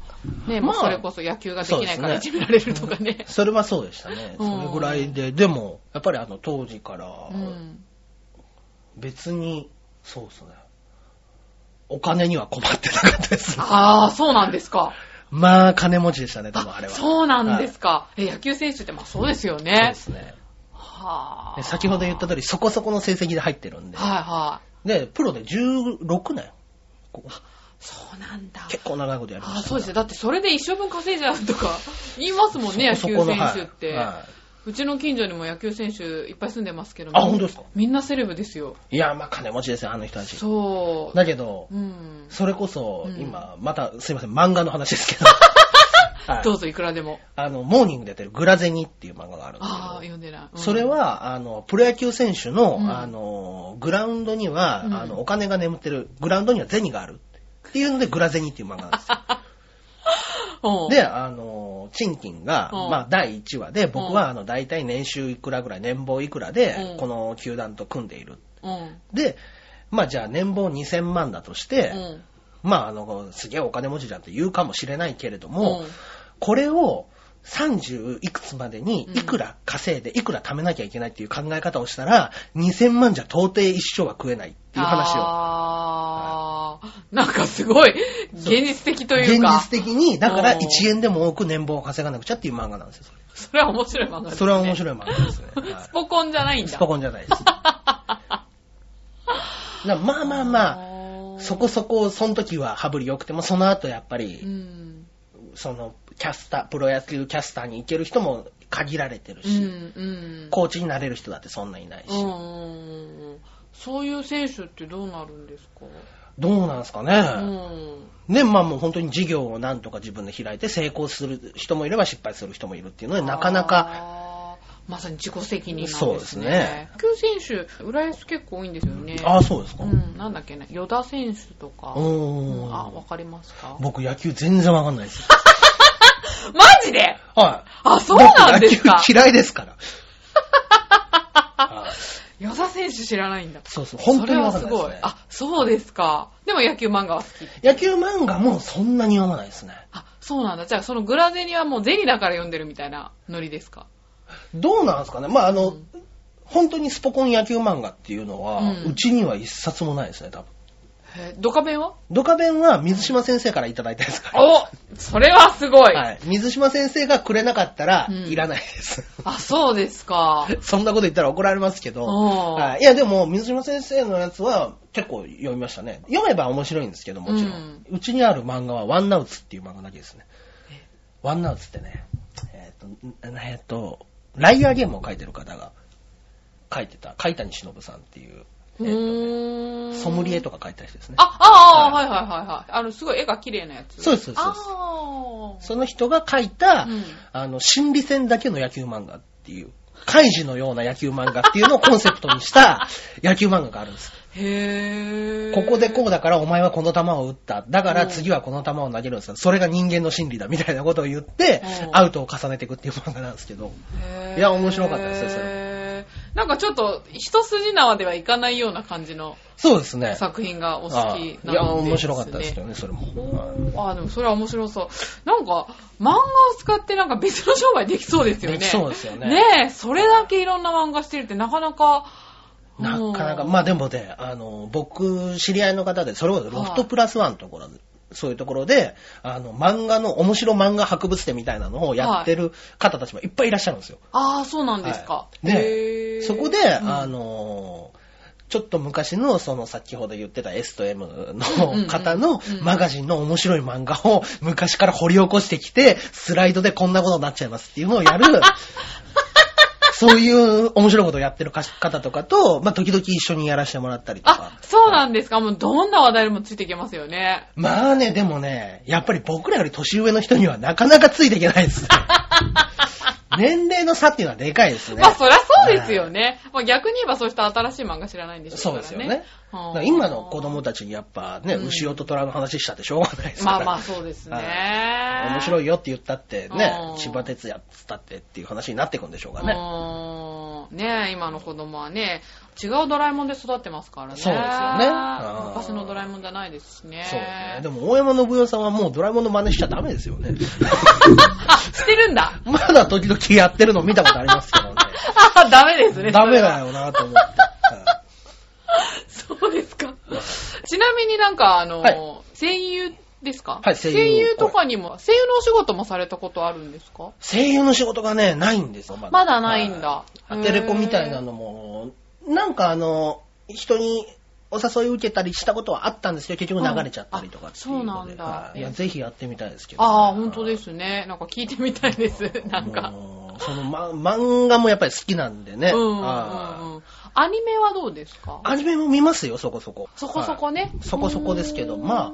Speaker 2: ね、まあ、
Speaker 1: まあ
Speaker 2: それこそ野球ができないからい
Speaker 1: そうです
Speaker 2: じ
Speaker 1: ね
Speaker 2: められるとかね。
Speaker 1: それはそうでしたね。
Speaker 2: うん
Speaker 1: それぐらいで、でも、やっぱりあの当時から、
Speaker 2: うん。
Speaker 1: 別に、そうですね。お金には困ってなかったです。
Speaker 2: ああ、そうなんですか。
Speaker 1: まあ、金持ちでしたね、多分あれは。
Speaker 2: そうなんです
Speaker 1: か。
Speaker 2: か。え野球選手ってまあそうですよ
Speaker 1: そうで
Speaker 2: ね。
Speaker 1: すね。
Speaker 2: はあ。
Speaker 1: で先ほど言った通り、そこそこの成績で入ってるんで。
Speaker 2: はいはい。
Speaker 1: で、プロで16年。こう
Speaker 2: そうなんだ。
Speaker 1: 結構長いことやりまし
Speaker 2: あ
Speaker 1: たね。
Speaker 2: そうですね。だってそれで一生分稼いじゃう とか言いますもんね、野
Speaker 1: そ
Speaker 2: 球
Speaker 1: この
Speaker 2: 選手って、
Speaker 1: はいは
Speaker 2: うちの近所にも野球選手いっぱい住んでますけど
Speaker 1: あ本当ですか
Speaker 2: みんなセレブですよ。
Speaker 1: い、いや、まあ金持ちですよ、あの人たち。
Speaker 2: そう。
Speaker 1: だけど、
Speaker 2: うん。
Speaker 1: それこそ
Speaker 2: うん、
Speaker 1: 今、また、すいません、漫画の話ですけ ど。はい
Speaker 2: どうぞいくらでも。
Speaker 1: あの、モーニングでやってるグラゼニっていう漫画があるんですけど。
Speaker 2: ああ、読んでない。うん
Speaker 1: それ、は、あの、プロ野球選手の、
Speaker 2: うん
Speaker 1: あの、グラウンドには、
Speaker 2: うん
Speaker 1: あの、お金が眠ってる、グラウンドには銭がある。っていうので、グラゼニっていう漫画なんですよ。
Speaker 2: うん
Speaker 1: で、あの、チンキンが、
Speaker 2: うん
Speaker 1: まあ、第1話で、僕
Speaker 2: うん
Speaker 1: は、あの、大体年収いくらぐらい、年俸いくらで
Speaker 2: うん、
Speaker 1: この球団と組んでいる。
Speaker 2: うん。
Speaker 1: で、まあ、じゃあ、年俸2000万だとして、
Speaker 2: うん。
Speaker 1: まあ、あの、すげえお金持ちじゃんって言うかもしれないけれども、
Speaker 2: うん
Speaker 1: これを30いくつまでにいくら稼いでいくら貯めなきゃいけないっていう考え方をしたら、2000万じゃ到底一生は食えないっていう話を。
Speaker 2: ああ、なんかすごい、現実的という
Speaker 1: 現
Speaker 2: か。
Speaker 1: 実的に、だから
Speaker 2: おー
Speaker 1: 1円でも多く年俸を稼がなくちゃっていう漫画なんですよ。
Speaker 2: それは面白い漫画です、ね。
Speaker 1: それは面白い漫画ですね。はい
Speaker 2: スポコンじゃないんだ。
Speaker 1: スポコンじゃないです。だからまあまあま
Speaker 2: あ
Speaker 1: あ、
Speaker 2: ー
Speaker 1: そこそこ、その時は羽振り良くても、その後やっぱり、
Speaker 2: うん。
Speaker 1: そのキャスター、プロ野球キャスターに行ける人も限られてる
Speaker 2: う
Speaker 1: し、
Speaker 2: ん。うん。
Speaker 1: コーチになれる人だってそんないないし、
Speaker 2: うんうんうんそういう選手ってどうなるんですか、
Speaker 1: どうなんですか
Speaker 2: う
Speaker 1: ね。
Speaker 2: ん、
Speaker 1: ね、まあもう本当に事業をなんとか自分で開いて成功する人もいれば失敗する人もいるっていうので、なかなか、
Speaker 2: あーまさに自己責任なんですね。
Speaker 1: そうですね
Speaker 2: 野球選手、浦安結構多いんですよね。
Speaker 1: ああ、そうですか。
Speaker 2: う、
Speaker 1: うん
Speaker 2: なんだっけね、与田選手とか。
Speaker 1: ーん。
Speaker 2: あ、わかりますか
Speaker 1: 僕野球全然わかんないです。
Speaker 2: マジで
Speaker 1: はい。
Speaker 2: あ、そうなんですか
Speaker 1: 僕野球嫌いです から。はい
Speaker 2: 与田選手知らないんだ。
Speaker 1: そうそう、本当にわかんな
Speaker 2: そ
Speaker 1: い
Speaker 2: れ
Speaker 1: で
Speaker 2: は
Speaker 1: す
Speaker 2: すごい
Speaker 1: ね。
Speaker 2: あ、そうですか。でも野球漫画は好き。
Speaker 1: 野球漫画もそんなに読まないですね。
Speaker 2: あ、そうなんだ。じゃあ、そのグラゼニはもうゼニだから読んでるみたいなノリですか
Speaker 1: どうなんですかねまああの、
Speaker 2: うん
Speaker 1: 本当にスポコン野球漫画っていうのは、
Speaker 2: うん
Speaker 1: うちには一冊もないですね、多分。
Speaker 2: へドカベンは
Speaker 1: ドカベンは水島先生からいただいたやつから。
Speaker 2: おそれはすごい、
Speaker 1: はい。水島先生がくれなかったら、
Speaker 2: うん
Speaker 1: いらないです。
Speaker 2: あ、そうで すか。
Speaker 1: そんなこと言ったら怒られますけど、
Speaker 2: おー
Speaker 1: はい、いやでも、水島先生のやつは結構読みましたね。読めば面白いんですけど、もちろん。うちにある漫画は、ワンナウツっていう漫画だけですね。ワンナウツってね、えーっ、と、んえーっ、と、ライアーゲームを書いてる方が書いてた、海谷忍さんっていう、え
Speaker 2: う
Speaker 1: ーっ
Speaker 2: ー
Speaker 1: と
Speaker 2: ん。
Speaker 1: ね、ソムリエとか書いた人ですね。
Speaker 2: あ、ああ、はいはいはいはい。あの、すごい絵が綺麗なやつ。
Speaker 1: そうですそうです
Speaker 2: あ
Speaker 1: その人が書いた、
Speaker 2: うん
Speaker 1: あの、心理戦だけの野球漫画っていう、怪獣のような野球漫画っていうのをコンセプトにした野球漫画があるんです。
Speaker 2: あ。へえ。
Speaker 1: ここでこう
Speaker 2: だ。
Speaker 1: だからお前はこの球を打った。だから次はこの球を投げるんですよ。それが人間の心理だみたいなことを言って
Speaker 2: う、ん
Speaker 1: アウトを重ねていくっていう漫画なんですけど。いや面白かったですよそれ
Speaker 2: れ。なんかちょっと、一筋縄ではいかないような感じの
Speaker 1: そうですね。
Speaker 2: 作品がお好
Speaker 1: ああ
Speaker 2: き
Speaker 1: い
Speaker 2: なんです、ね。
Speaker 1: や、面白かったですけどね、それも。はい
Speaker 2: ああ、でもそれは面白そう。なんか、漫画を使ってなんか別の商売できそうですよね。
Speaker 1: できそうですよね
Speaker 2: ねえ、それだけいろんな漫画してるってなかなか。
Speaker 1: なかなか、
Speaker 2: うん
Speaker 1: まあでもね、あの、僕、知り合いの方で、それこそロフトプラスワンのところで、そういうところで、あの、漫画の、面白漫画博物展みたいなのをやってる方たちもいっぱいいらっしゃるんですよ。
Speaker 2: ああ、そうなんですか
Speaker 1: は。い
Speaker 2: へ
Speaker 1: で、
Speaker 2: え
Speaker 1: そこで、
Speaker 2: うん
Speaker 1: あのー、ちょっと昔の、その先ほど言ってた S と M
Speaker 2: うんうん
Speaker 1: の方のマガジンの面白い漫画を 昔から掘り起こしてきて、スライドでこんなことになっちゃいますっていうのを やる、そういう面白いことをやってる方とかと、まあ、時々一緒にやらせてもらったりと
Speaker 2: あ
Speaker 1: か、。
Speaker 2: そうなんですか。もうどんな話題でもついていけますよね。
Speaker 1: まあね、 でもね、やっぱり僕らより年上の人にはなかなかついていけないですね。年齢の差っていうのはでかいですね。
Speaker 2: まあそりゃそうですよね。まあ逆に言えばそうした新しい漫画知らないんでしょ
Speaker 1: そうですよね。。
Speaker 2: だから
Speaker 1: だ
Speaker 2: は
Speaker 1: か
Speaker 2: あ
Speaker 1: ら今の子供たちにやっぱね、
Speaker 2: うん
Speaker 1: 牛尾と虎の話したってしょうがないですか
Speaker 2: ま
Speaker 1: ら。
Speaker 2: あまあそうですね。
Speaker 1: 面白いよって言ったって
Speaker 2: う
Speaker 1: ね
Speaker 2: ん、
Speaker 1: 千葉哲也っつったってっていう話になってくんでしょうかね。
Speaker 2: ね。ねえ、今の子供はね、違うドラえもんで育ってますからね。
Speaker 1: そうですよねうん
Speaker 2: 昔のドラえもんじゃないですしね。
Speaker 1: そうね。でも大山信代さんはもうドラえもんの真似しちゃダメですよね。
Speaker 2: あ、してるんだ。
Speaker 1: まだ時々やってるの見たことありますけどね。
Speaker 2: あ、 ダメです ね。
Speaker 1: ダメだ
Speaker 2: よ。
Speaker 1: よなと思って。は
Speaker 2: そうですか。 ちなみになんか、あの、
Speaker 1: はい
Speaker 2: 声優ですか
Speaker 1: はい声優
Speaker 2: とかにも、声優のお仕事もされたことあるんです
Speaker 1: い
Speaker 2: か
Speaker 1: 声優の仕事がね、ないんですよ、ま
Speaker 2: まだないんだ。
Speaker 1: はいテレコみたいな
Speaker 2: の。
Speaker 1: のも、なんかあの、人にお誘い受けたりしたことはあったんですけど、結局流れちゃったりとかっていので
Speaker 2: あそうなんだ
Speaker 1: はいいや、ぜひやってみたいですけど、
Speaker 2: ああ、本当ですね。なんか聞いてみたいです。なんか。
Speaker 1: もうその、ま、漫画もやっぱり好きなんでね。
Speaker 2: うんうん
Speaker 1: は
Speaker 2: うんうん。アニメはどうです
Speaker 1: い
Speaker 2: か
Speaker 1: アニメも見ますよ、そこそこ。
Speaker 2: そこそこね
Speaker 1: はいそこそこですけど、
Speaker 2: うん
Speaker 1: まあ、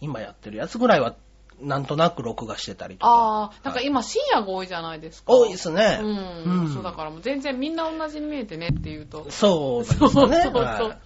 Speaker 1: 今やってるやつぐらいは、なんとなく録画してたりとか。
Speaker 2: ああ、なんか
Speaker 1: はい
Speaker 2: 今深夜が多いじゃないですか。
Speaker 1: 多いですね。
Speaker 2: うん、
Speaker 1: うん
Speaker 2: そうだからもう全然みんな同じに見えてねって言うと。
Speaker 1: そうです
Speaker 2: そ
Speaker 1: ね。
Speaker 2: うそう そう、
Speaker 1: は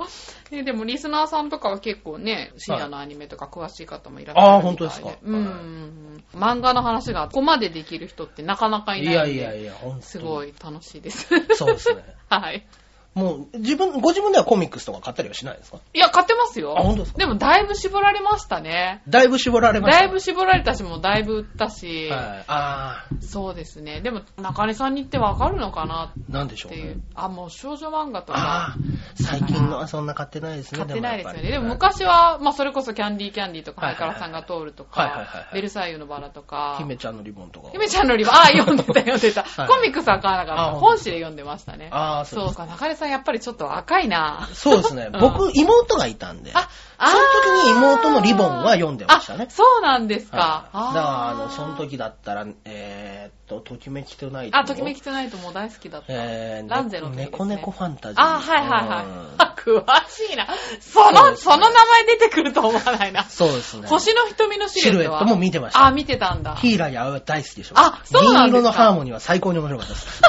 Speaker 1: い
Speaker 2: ねでもリスナーさんとかは結構ね、深夜のアニメとか詳しい方もいらっし
Speaker 1: あ
Speaker 2: ゃ
Speaker 1: あ
Speaker 2: るみ
Speaker 1: 本
Speaker 2: た
Speaker 1: 当
Speaker 2: い
Speaker 1: ですか
Speaker 2: うんうんうん。漫画の話がここまでできる人ってなかなかい
Speaker 1: い
Speaker 2: ないん
Speaker 1: や
Speaker 2: で。
Speaker 1: いやいや、本当に
Speaker 2: すご。い楽しいです。
Speaker 1: そうですね。
Speaker 2: はい。
Speaker 1: もう、自分、ご自分ではコミックスとか買ったりはしないですか
Speaker 2: いや、買ってますよ。
Speaker 1: あ本当ですか
Speaker 2: でもだいぶ絞られましたね。
Speaker 1: だいぶ絞られました。
Speaker 2: だいぶ絞られたし、もうだいぶ売ったし、
Speaker 1: はい。あ
Speaker 2: そうですね。でも、中根さんに言ってわかるのか
Speaker 1: あ、
Speaker 2: な
Speaker 1: なんでしょ
Speaker 2: っ
Speaker 1: う
Speaker 2: て
Speaker 1: ね。
Speaker 2: いう。あ、もう少女漫画と
Speaker 1: あ
Speaker 2: か
Speaker 1: あ、最近のはそんな買ってないですね。
Speaker 2: 買ってないですよ
Speaker 1: も
Speaker 2: ね。でも
Speaker 1: やっぱり
Speaker 2: 昔は、まあそれこそキャンディーキャンディーとか、
Speaker 1: は
Speaker 2: ハ
Speaker 1: い
Speaker 2: イ
Speaker 1: はい
Speaker 2: カ
Speaker 1: はい
Speaker 2: ラさんが通ると
Speaker 1: はいはいはい
Speaker 2: か
Speaker 1: は、い
Speaker 2: ベルサイユのバラとか、
Speaker 1: 姫ちゃんのリボンとかは。
Speaker 2: 姫ちゃんのりは、あ、読んでた読んでた。
Speaker 1: はい
Speaker 2: コミックスは買わなかった
Speaker 1: あ。本当
Speaker 2: 本誌で読んでましたね。
Speaker 1: ああ、そう
Speaker 2: そ
Speaker 1: で
Speaker 2: う
Speaker 1: す。
Speaker 2: か、中根さんやっぱりちょっと赤いな。
Speaker 1: そうですね。
Speaker 2: うん
Speaker 1: 僕、妹がいたんで。
Speaker 2: あ、あー
Speaker 1: その時に妹のリボンは読んでましたね
Speaker 2: あそうなんですか。
Speaker 1: はいだから、あ
Speaker 2: ー
Speaker 1: の、その時だったら、えーっと、ときめきとない。
Speaker 2: あ、ときめきトゥナイトも大好きだった。
Speaker 1: えー、
Speaker 2: ランゼロの時ですね
Speaker 1: 猫猫ファンタジー。
Speaker 2: あ、はいはい
Speaker 1: うん
Speaker 2: はい。 詳しいな。その、
Speaker 1: そう
Speaker 2: そ
Speaker 1: です
Speaker 2: の名前出てくると思わないな。
Speaker 1: そうですね。
Speaker 2: 星の瞳のシルエットは。
Speaker 1: シルエットも見てました
Speaker 2: あ、見てたんだ。
Speaker 1: ヒーラーやアオヤ大好きでしょ。
Speaker 2: あそうなんで
Speaker 1: 銀色
Speaker 2: すか
Speaker 1: のハーモニーは最高に面白かった です。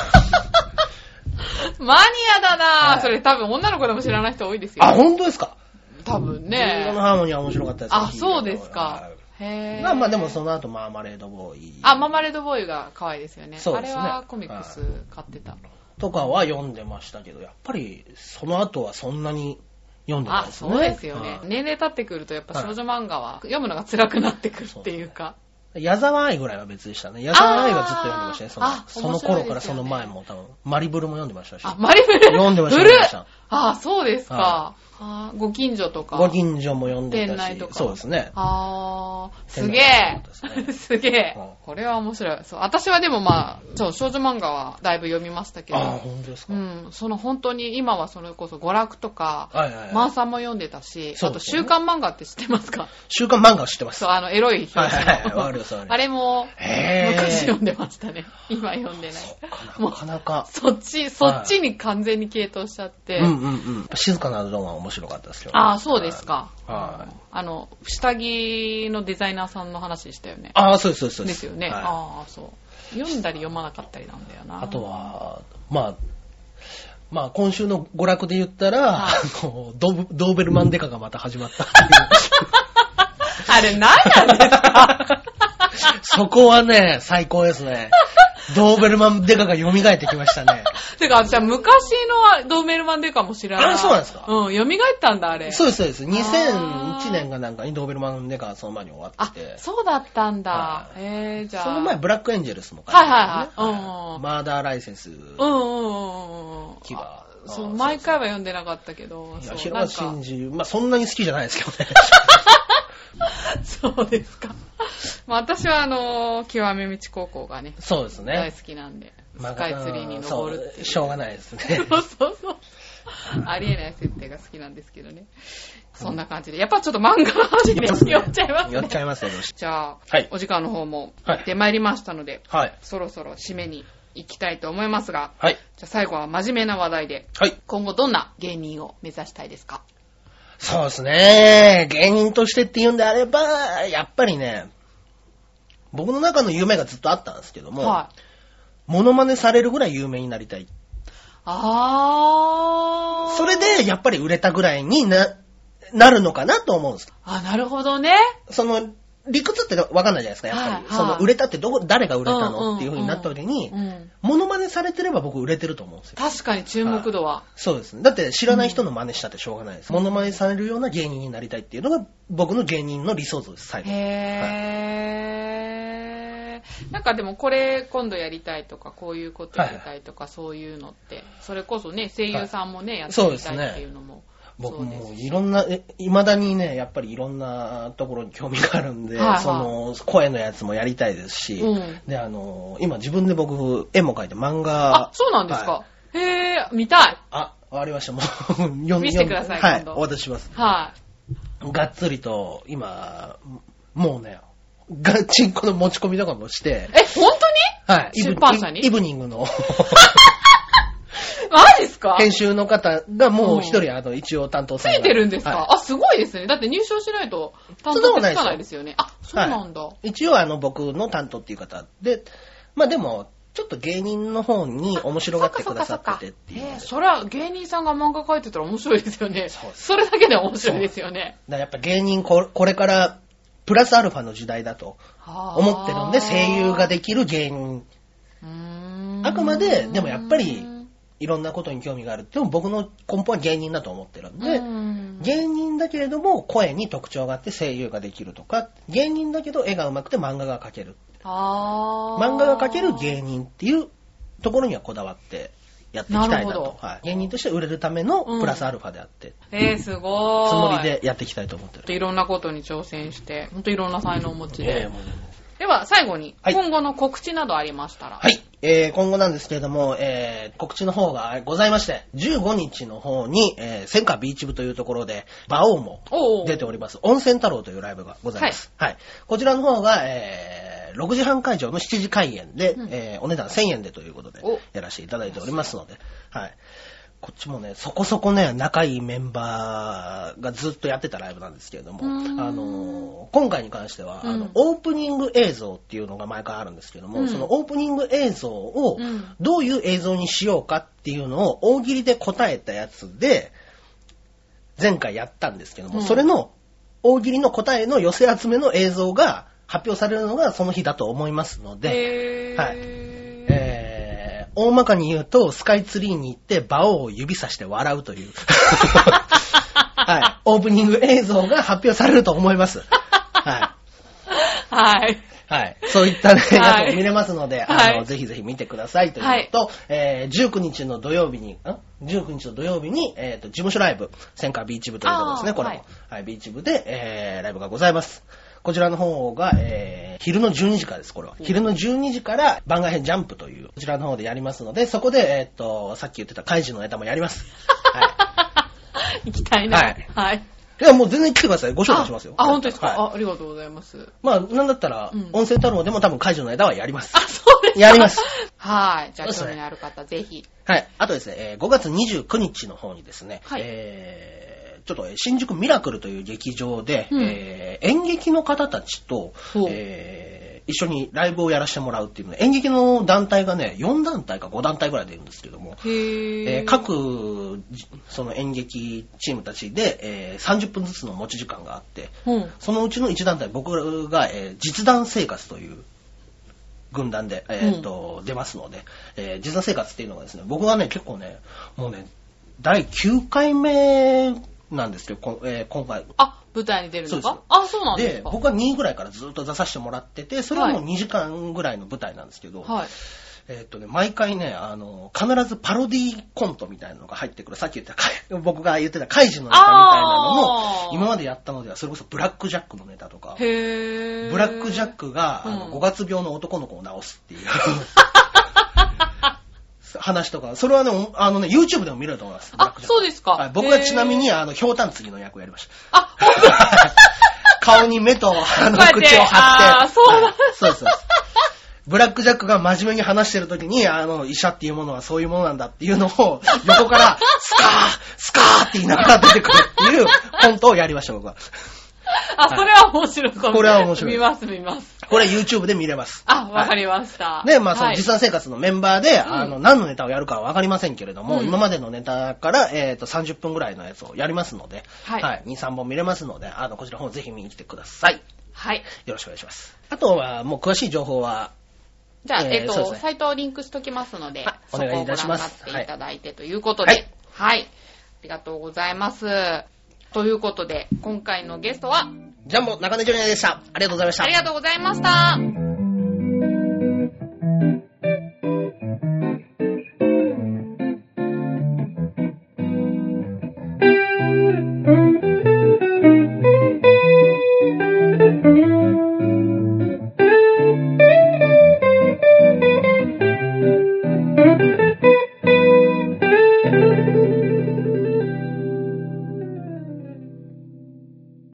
Speaker 2: マニアだな、
Speaker 1: はい
Speaker 2: それ多分女の子でも知らない人多いですよ。
Speaker 1: あ、本当ですか
Speaker 2: 多分
Speaker 1: 銀
Speaker 2: ね
Speaker 1: 色の。ハーモニーは面白かったですよ
Speaker 2: あ、そうですか。。
Speaker 1: ヒーラーのはい
Speaker 2: へー
Speaker 1: まあまあ、でもその後、マーマレードボーイ。
Speaker 2: あ、ママレードボーイが可愛いですよね。
Speaker 1: そうですね
Speaker 2: あれはコミックス買ってた。
Speaker 1: とかは読んでましたけど、やっぱりその後はそんなに読んでない
Speaker 2: あ、
Speaker 1: ですね。
Speaker 2: そうですよね。
Speaker 1: うん
Speaker 2: 年齢経ってくるとやっぱ少女漫画は読むのが辛くなってくるっていうか。
Speaker 1: 矢沢愛ぐらいは別でしたね。矢沢愛はずっと読んでましたね。その
Speaker 2: あー
Speaker 1: その
Speaker 2: 面白いですよね
Speaker 1: 頃からその前も多分、マリブルも読んでましたし。
Speaker 2: あ、マリブル
Speaker 1: 読んでました
Speaker 2: ブ
Speaker 1: 読
Speaker 2: ル
Speaker 1: んでました
Speaker 2: あ、そうですか
Speaker 1: は。
Speaker 2: あご近所とか。
Speaker 1: ご近所も読んで
Speaker 2: 店
Speaker 1: た
Speaker 2: 内
Speaker 1: し
Speaker 2: と。か。
Speaker 1: そうですね。
Speaker 2: あー、す
Speaker 1: 店
Speaker 2: げ
Speaker 1: 内とかそうです
Speaker 2: え。 すげえ
Speaker 1: うん。
Speaker 2: これは面白い。そう、私はでもまあ、そう、少女漫画はだいぶ読みましたけ
Speaker 1: ああー、
Speaker 2: ど、
Speaker 1: 本当ですか。
Speaker 2: うん、その本当に今はそれこそ娯楽とか、
Speaker 1: はいはい
Speaker 2: マ
Speaker 1: は
Speaker 2: ー
Speaker 1: い。
Speaker 2: サーも読んでたし、
Speaker 1: そ
Speaker 2: あ
Speaker 1: う
Speaker 2: と
Speaker 1: ですよ
Speaker 2: 週
Speaker 1: ね
Speaker 2: 刊漫画って知ってますか
Speaker 1: 週刊漫画を知ってます。
Speaker 2: そう、
Speaker 1: は
Speaker 2: あの、エロい
Speaker 1: い
Speaker 2: 表
Speaker 1: はい
Speaker 2: 紙
Speaker 1: はい。わか
Speaker 2: の。
Speaker 1: るそれ。
Speaker 2: あれも、
Speaker 1: へー
Speaker 2: 昔読んでましたね。今読んでない。も
Speaker 1: な
Speaker 2: う、
Speaker 1: かなか。
Speaker 2: そっち、そっちに完全に傾倒しちゃって。
Speaker 1: うんうんうん。やっぱ静かなドンは面白かったですよね。
Speaker 2: ああ、そうですか。
Speaker 1: はい。
Speaker 2: あの、下着のデザイナーさんの話でしたよね。
Speaker 1: ああ、そうですそうですそう
Speaker 2: で
Speaker 1: ですす。
Speaker 2: よね。
Speaker 1: はい
Speaker 2: ああ、そう。読んだり読まなかったりなんだよな。
Speaker 1: あと。は、まあ、まあ今週の娯楽で言ったら、あ
Speaker 2: はい
Speaker 1: のドブドーベルマンデカがまた始まったって
Speaker 2: あれ、何なんですか
Speaker 1: いう。 そこはね、最高ですね。ドーベルマンデカが蘇ってきました ね。
Speaker 2: てか、私は昔のドーベルマンデカも知らない。
Speaker 1: あそうなんですか
Speaker 2: うん、蘇ったんだ、あれ。
Speaker 1: そう
Speaker 2: う
Speaker 1: ですそうです。
Speaker 2: あー
Speaker 1: 2001年かなんかにドーベルマンデカがその前に終わっ
Speaker 2: あ
Speaker 1: て、て、そ
Speaker 2: そうだったんだ
Speaker 1: は。い
Speaker 2: えー、じゃあ。
Speaker 1: の前ブラックエンジェルスも書てたん
Speaker 2: はい
Speaker 1: で
Speaker 2: はい
Speaker 1: ね
Speaker 2: はいうんうん
Speaker 1: マーダーライセンス。
Speaker 2: うんうんうんうんうん。
Speaker 1: 木が
Speaker 2: あそう、
Speaker 1: あー
Speaker 2: 毎回は読んでなかったけど、
Speaker 1: いや
Speaker 2: そう、
Speaker 1: 広
Speaker 2: なん
Speaker 1: 場
Speaker 2: か
Speaker 1: 真、珠、まあそんなに好きじゃないですけどね。
Speaker 2: そうですか。まあ私はあのー、極め道高校がね、
Speaker 1: そうです
Speaker 2: 大
Speaker 1: ね。
Speaker 2: 好きなんで、
Speaker 1: まあ
Speaker 2: スカイツリーに登るって
Speaker 1: そ
Speaker 2: いうう。
Speaker 1: しょうがないですね。
Speaker 2: そうそうそう。ありえない設定が好きなんですけどね。そんな感じで。やっぱちょっと漫画の話で 寄っちゃいます
Speaker 1: 寄っ
Speaker 2: ね
Speaker 1: ち。ゃいますね、どうして
Speaker 2: じゃあ、
Speaker 1: はい
Speaker 2: お時間の方も
Speaker 1: はい
Speaker 2: 出てまいりましたので、
Speaker 1: はい。
Speaker 2: そろそろ締めに行きたいと思いますが、
Speaker 1: はい。
Speaker 2: じゃあ最後は真面目な話題で、
Speaker 1: はい。
Speaker 2: 今後どんな芸人を目指したいですか
Speaker 1: そうですね。芸人としてって言うんであれば、やっぱりね、僕の中の夢がずっとあったんですけども、
Speaker 2: は
Speaker 1: モノマネされるぐらい有名になりたい。
Speaker 2: あー。
Speaker 1: それで、やっぱり売れたぐらいにな、なるのかなと思うんです。
Speaker 2: あ、なるほどね。
Speaker 1: その、理屈ってわかんないじゃないですか、やっぱり。
Speaker 2: はいはい
Speaker 1: その、売れたってどこ、誰が売れた
Speaker 2: うんうんうん
Speaker 1: のっていう風になった時に、
Speaker 2: うん。
Speaker 1: モノマネされてれば僕売れてると思うんですよ。
Speaker 2: 確かに注目度は。
Speaker 1: そうですね。だって知らない人の真似したってしょうがないです。モノマネされるような芸人になりたいっていうのが僕の芸人の理想像です、最後。
Speaker 2: へー。なんかでもこれ今度やりたいとか、こういうことやりたいとか、そういうのって、それこそね、声優さんもね、やってみたいっていうのも。
Speaker 1: 僕
Speaker 2: そうです
Speaker 1: もういろんな、え未だにね、やっぱりいろんなところに興味があるんで、
Speaker 2: はいはい
Speaker 1: その、声のやつもやりたいですし、
Speaker 2: うん
Speaker 1: で、あの、今自分で僕、絵も描いて漫
Speaker 2: あ
Speaker 1: 画、、
Speaker 2: そうなんです
Speaker 1: はい
Speaker 2: か。へー、見たい。
Speaker 1: あ、ありました。もう 読ん、読ん
Speaker 2: 見せてください
Speaker 1: はい、
Speaker 2: 今度
Speaker 1: お渡しします。
Speaker 2: はい。
Speaker 1: がっつりと、今、もうね、ガチンコの持ち込みとかもして、
Speaker 2: え、本
Speaker 1: はい。
Speaker 2: 出版社に
Speaker 1: イブイブニング の
Speaker 2: 当にマジっすか
Speaker 1: 編集の方がもう一
Speaker 2: う
Speaker 1: 人、あの、一応担当
Speaker 2: つ
Speaker 1: さんが
Speaker 2: いてるんですか、
Speaker 1: は
Speaker 2: あ、すごいですね。だって入賞しないと担当ってつかないですよね。あ、そうなんだ。
Speaker 1: い一応、あの、僕の担当っていう方で、まあでも、ちょっと芸人の方に面白がってくださっててっていう。
Speaker 2: えーそれは芸人さんが漫画描いてたら面白いですよね。
Speaker 1: そうです
Speaker 2: それだけで面白いですよね。
Speaker 1: だからやっぱ芸人こ、これから、プラスアルファの時代だと思ってるんで、声優が
Speaker 2: で、
Speaker 1: できる芸人、
Speaker 2: うーん
Speaker 1: あくまででもやっぱりいろんなことに興味があるっていうのも僕の根本は芸人だと思ってるんで、
Speaker 2: うん
Speaker 1: 芸人だけれども声に特徴があって声優ができるとか、芸人だけど絵が上手くて漫画が描ける。
Speaker 2: あー
Speaker 1: 漫画が描ける芸人っていうところにはこだわってやっていきたい
Speaker 2: な
Speaker 1: な
Speaker 2: るほ
Speaker 1: と
Speaker 2: ど。
Speaker 1: はい芸人として売れるためのプラスアルファであって、
Speaker 2: えー、すごい。
Speaker 1: つもり。でやっていきたいと思ってる。
Speaker 2: いろんなことに挑戦して、ほんといろんな才能をお持ち
Speaker 1: ええ
Speaker 2: で。
Speaker 1: もう
Speaker 2: では、最後に、
Speaker 1: はい
Speaker 2: 今後の告知などありましたら。
Speaker 1: はい。えー、今後なんですけれども、えー、告知の方がございまして、15日の方に、えー、戦火ビーチ部というところで、馬王も
Speaker 2: おお。
Speaker 1: 出ております、温泉太郎というライブがございます。はい。こちらの方が、えー、6時半会場の7時開演で、
Speaker 2: うん
Speaker 1: えー、お値段1000円でということで
Speaker 2: お、
Speaker 1: やらせていただいておりますので、はい。こっちもね、そこそこね、仲いいメンバーがずっとやってたライブなんですけれども、
Speaker 2: うーん
Speaker 1: あのー、今回に関しては、あ
Speaker 2: うん
Speaker 1: の、オープニング映像っていうのが毎回あるんですけども、
Speaker 2: うん
Speaker 1: そのオープニング映像を
Speaker 2: うん、
Speaker 1: どういう映像にしようかっていうのを大喜利で答えたやつで、前回やったんですけども、
Speaker 2: うん
Speaker 1: それの大喜利の答えの寄せ集めの映像が発表されるのがその日だと思いますので、
Speaker 2: へー
Speaker 1: はいえー、大まかに言うと、スカイツリーに行って、馬王を指さして笑うと いう、はい、オープニング映像が発表されると思います。は
Speaker 2: はい。
Speaker 1: い。はい。そういったね、
Speaker 2: はい
Speaker 1: やつも見れますので、
Speaker 2: は
Speaker 1: あ
Speaker 2: い
Speaker 1: の、ぜひぜひ見てくださいというのと、えー、19日の土曜日に、ん ?19 日の土曜日に、えっ、と、事務所ライブ、戦火ビーチ部というところです
Speaker 2: あ
Speaker 1: ね、
Speaker 2: ー
Speaker 1: これも。
Speaker 2: はい
Speaker 1: はい、ビーチ部で、えー、ライブがございます。こちらの方が、えー、昼の12時からです、これは。昼の12時から番外編ジャンプという、こちらの方でやりますので、そこで、えっ、と、さっき言ってたカイジのネタもやり ます。は
Speaker 2: 行きたいな。
Speaker 1: はい
Speaker 2: はい。
Speaker 1: い。ではもう全然来てください。ご紹介しますよ。
Speaker 2: あ、あ本当ですか、
Speaker 1: はい
Speaker 2: あ、ありがとうございます。
Speaker 1: まあ、なんだったら、
Speaker 2: うん
Speaker 1: 温泉太郎でも多分カイジのネタはやります
Speaker 2: あ、。そうですか
Speaker 1: やります。
Speaker 2: はい。じゃあ、
Speaker 1: そうですね
Speaker 2: 興味のある方、ぜひ。
Speaker 1: はい。あとですね、えー5月29日の方にですね、
Speaker 2: はい
Speaker 1: えーちょっとえー新宿ミラクルという劇場で、
Speaker 2: うん
Speaker 1: えー演劇の方たちと
Speaker 2: ほう、
Speaker 1: えー一緒にライブをやらせてもらうっていうので演劇の団体がね、4団体か5団体ぐらい出るんですけども、
Speaker 2: へー。
Speaker 1: えー各じその演劇チームたちで、えー30分ずつの持ち時間があって、
Speaker 2: うん。
Speaker 1: そのうちの1団体、僕が、えー実弾生活という軍団で、えーっと出ますので、えー実弾生活っていうのがですね、僕はね、結構ね、もうね、第9回目なんですけど、こえー今回。
Speaker 2: あ、舞台に出るの
Speaker 1: そうで
Speaker 2: か
Speaker 1: す
Speaker 2: あ、そうなんです
Speaker 1: で、
Speaker 2: か
Speaker 1: 僕は2位ぐらいからずっと出させてもらってて、それはも
Speaker 2: は
Speaker 1: う
Speaker 2: い
Speaker 1: 2時間ぐらいの舞台なんですけど、
Speaker 2: はい。
Speaker 1: えーっとね、毎回ね、あの、必ずパロディコントみたいなのが入ってくる。さっき言ったかい、僕が言ってたカイジのネタみたいなの
Speaker 2: あ
Speaker 1: も、
Speaker 2: ー
Speaker 1: 今までやったのでは、それこそブラックジャックのネタとか、
Speaker 2: へー。
Speaker 1: ブラックジャッ。クが、あ
Speaker 2: う
Speaker 1: の
Speaker 2: ん
Speaker 1: 五月病の男の子を治すって いう話とか、それはね、おあのね、YouTube でも見れると思います。ブラッ
Speaker 2: あ
Speaker 1: ク、ジャック
Speaker 2: そうですか。
Speaker 1: はい僕はちなみに、
Speaker 2: へー、
Speaker 1: あの、ひょうたんつぎの役をやりました。
Speaker 2: あ、ほん
Speaker 1: 顔に目と、あ の、
Speaker 2: こうやって
Speaker 1: 口を
Speaker 2: あ
Speaker 1: 張
Speaker 2: ー
Speaker 1: って。
Speaker 2: そうなんだ
Speaker 1: はいそうですそうですブラックジャックが真面目に話してる時に、あの、医者っていうものはそういうものなんだって いうのを、横から、スカースカーって言いながら出てくるっていうコントをやりました、僕は。
Speaker 2: あ、それは面白そう。
Speaker 1: これは面白い
Speaker 2: 見ます、見ます。
Speaker 1: これは YouTube で見れます。
Speaker 2: あ、わかりました。
Speaker 1: で、まあ、その
Speaker 2: はい
Speaker 1: 実際生活のメンバーで、あの、何のネタをやるかはわかりませんけれども、
Speaker 2: うん
Speaker 1: 今までのネタから、えっ、と、30分ぐらいのやつをやりますので、
Speaker 2: はい
Speaker 1: 2、3本見れますので、あの、こちらの方ぜひ見に来てください。
Speaker 2: はい。
Speaker 1: よろしくお願いします。あとは、もう詳しい情報は、
Speaker 2: じゃあ、
Speaker 1: えー
Speaker 2: えっ、
Speaker 1: そうで
Speaker 2: と、
Speaker 1: すね
Speaker 2: サイトをリンクしときますので
Speaker 1: あ、
Speaker 2: そこを
Speaker 1: お願いい
Speaker 2: ご覧にな
Speaker 1: た
Speaker 2: っ
Speaker 1: します
Speaker 2: ていただいてということで、
Speaker 1: は
Speaker 2: はいい、ありがとうございます。ということで、今回のゲストは、
Speaker 1: ジャンボ中根ジュニアでした。ありがとうございました
Speaker 2: あり。がとうございました。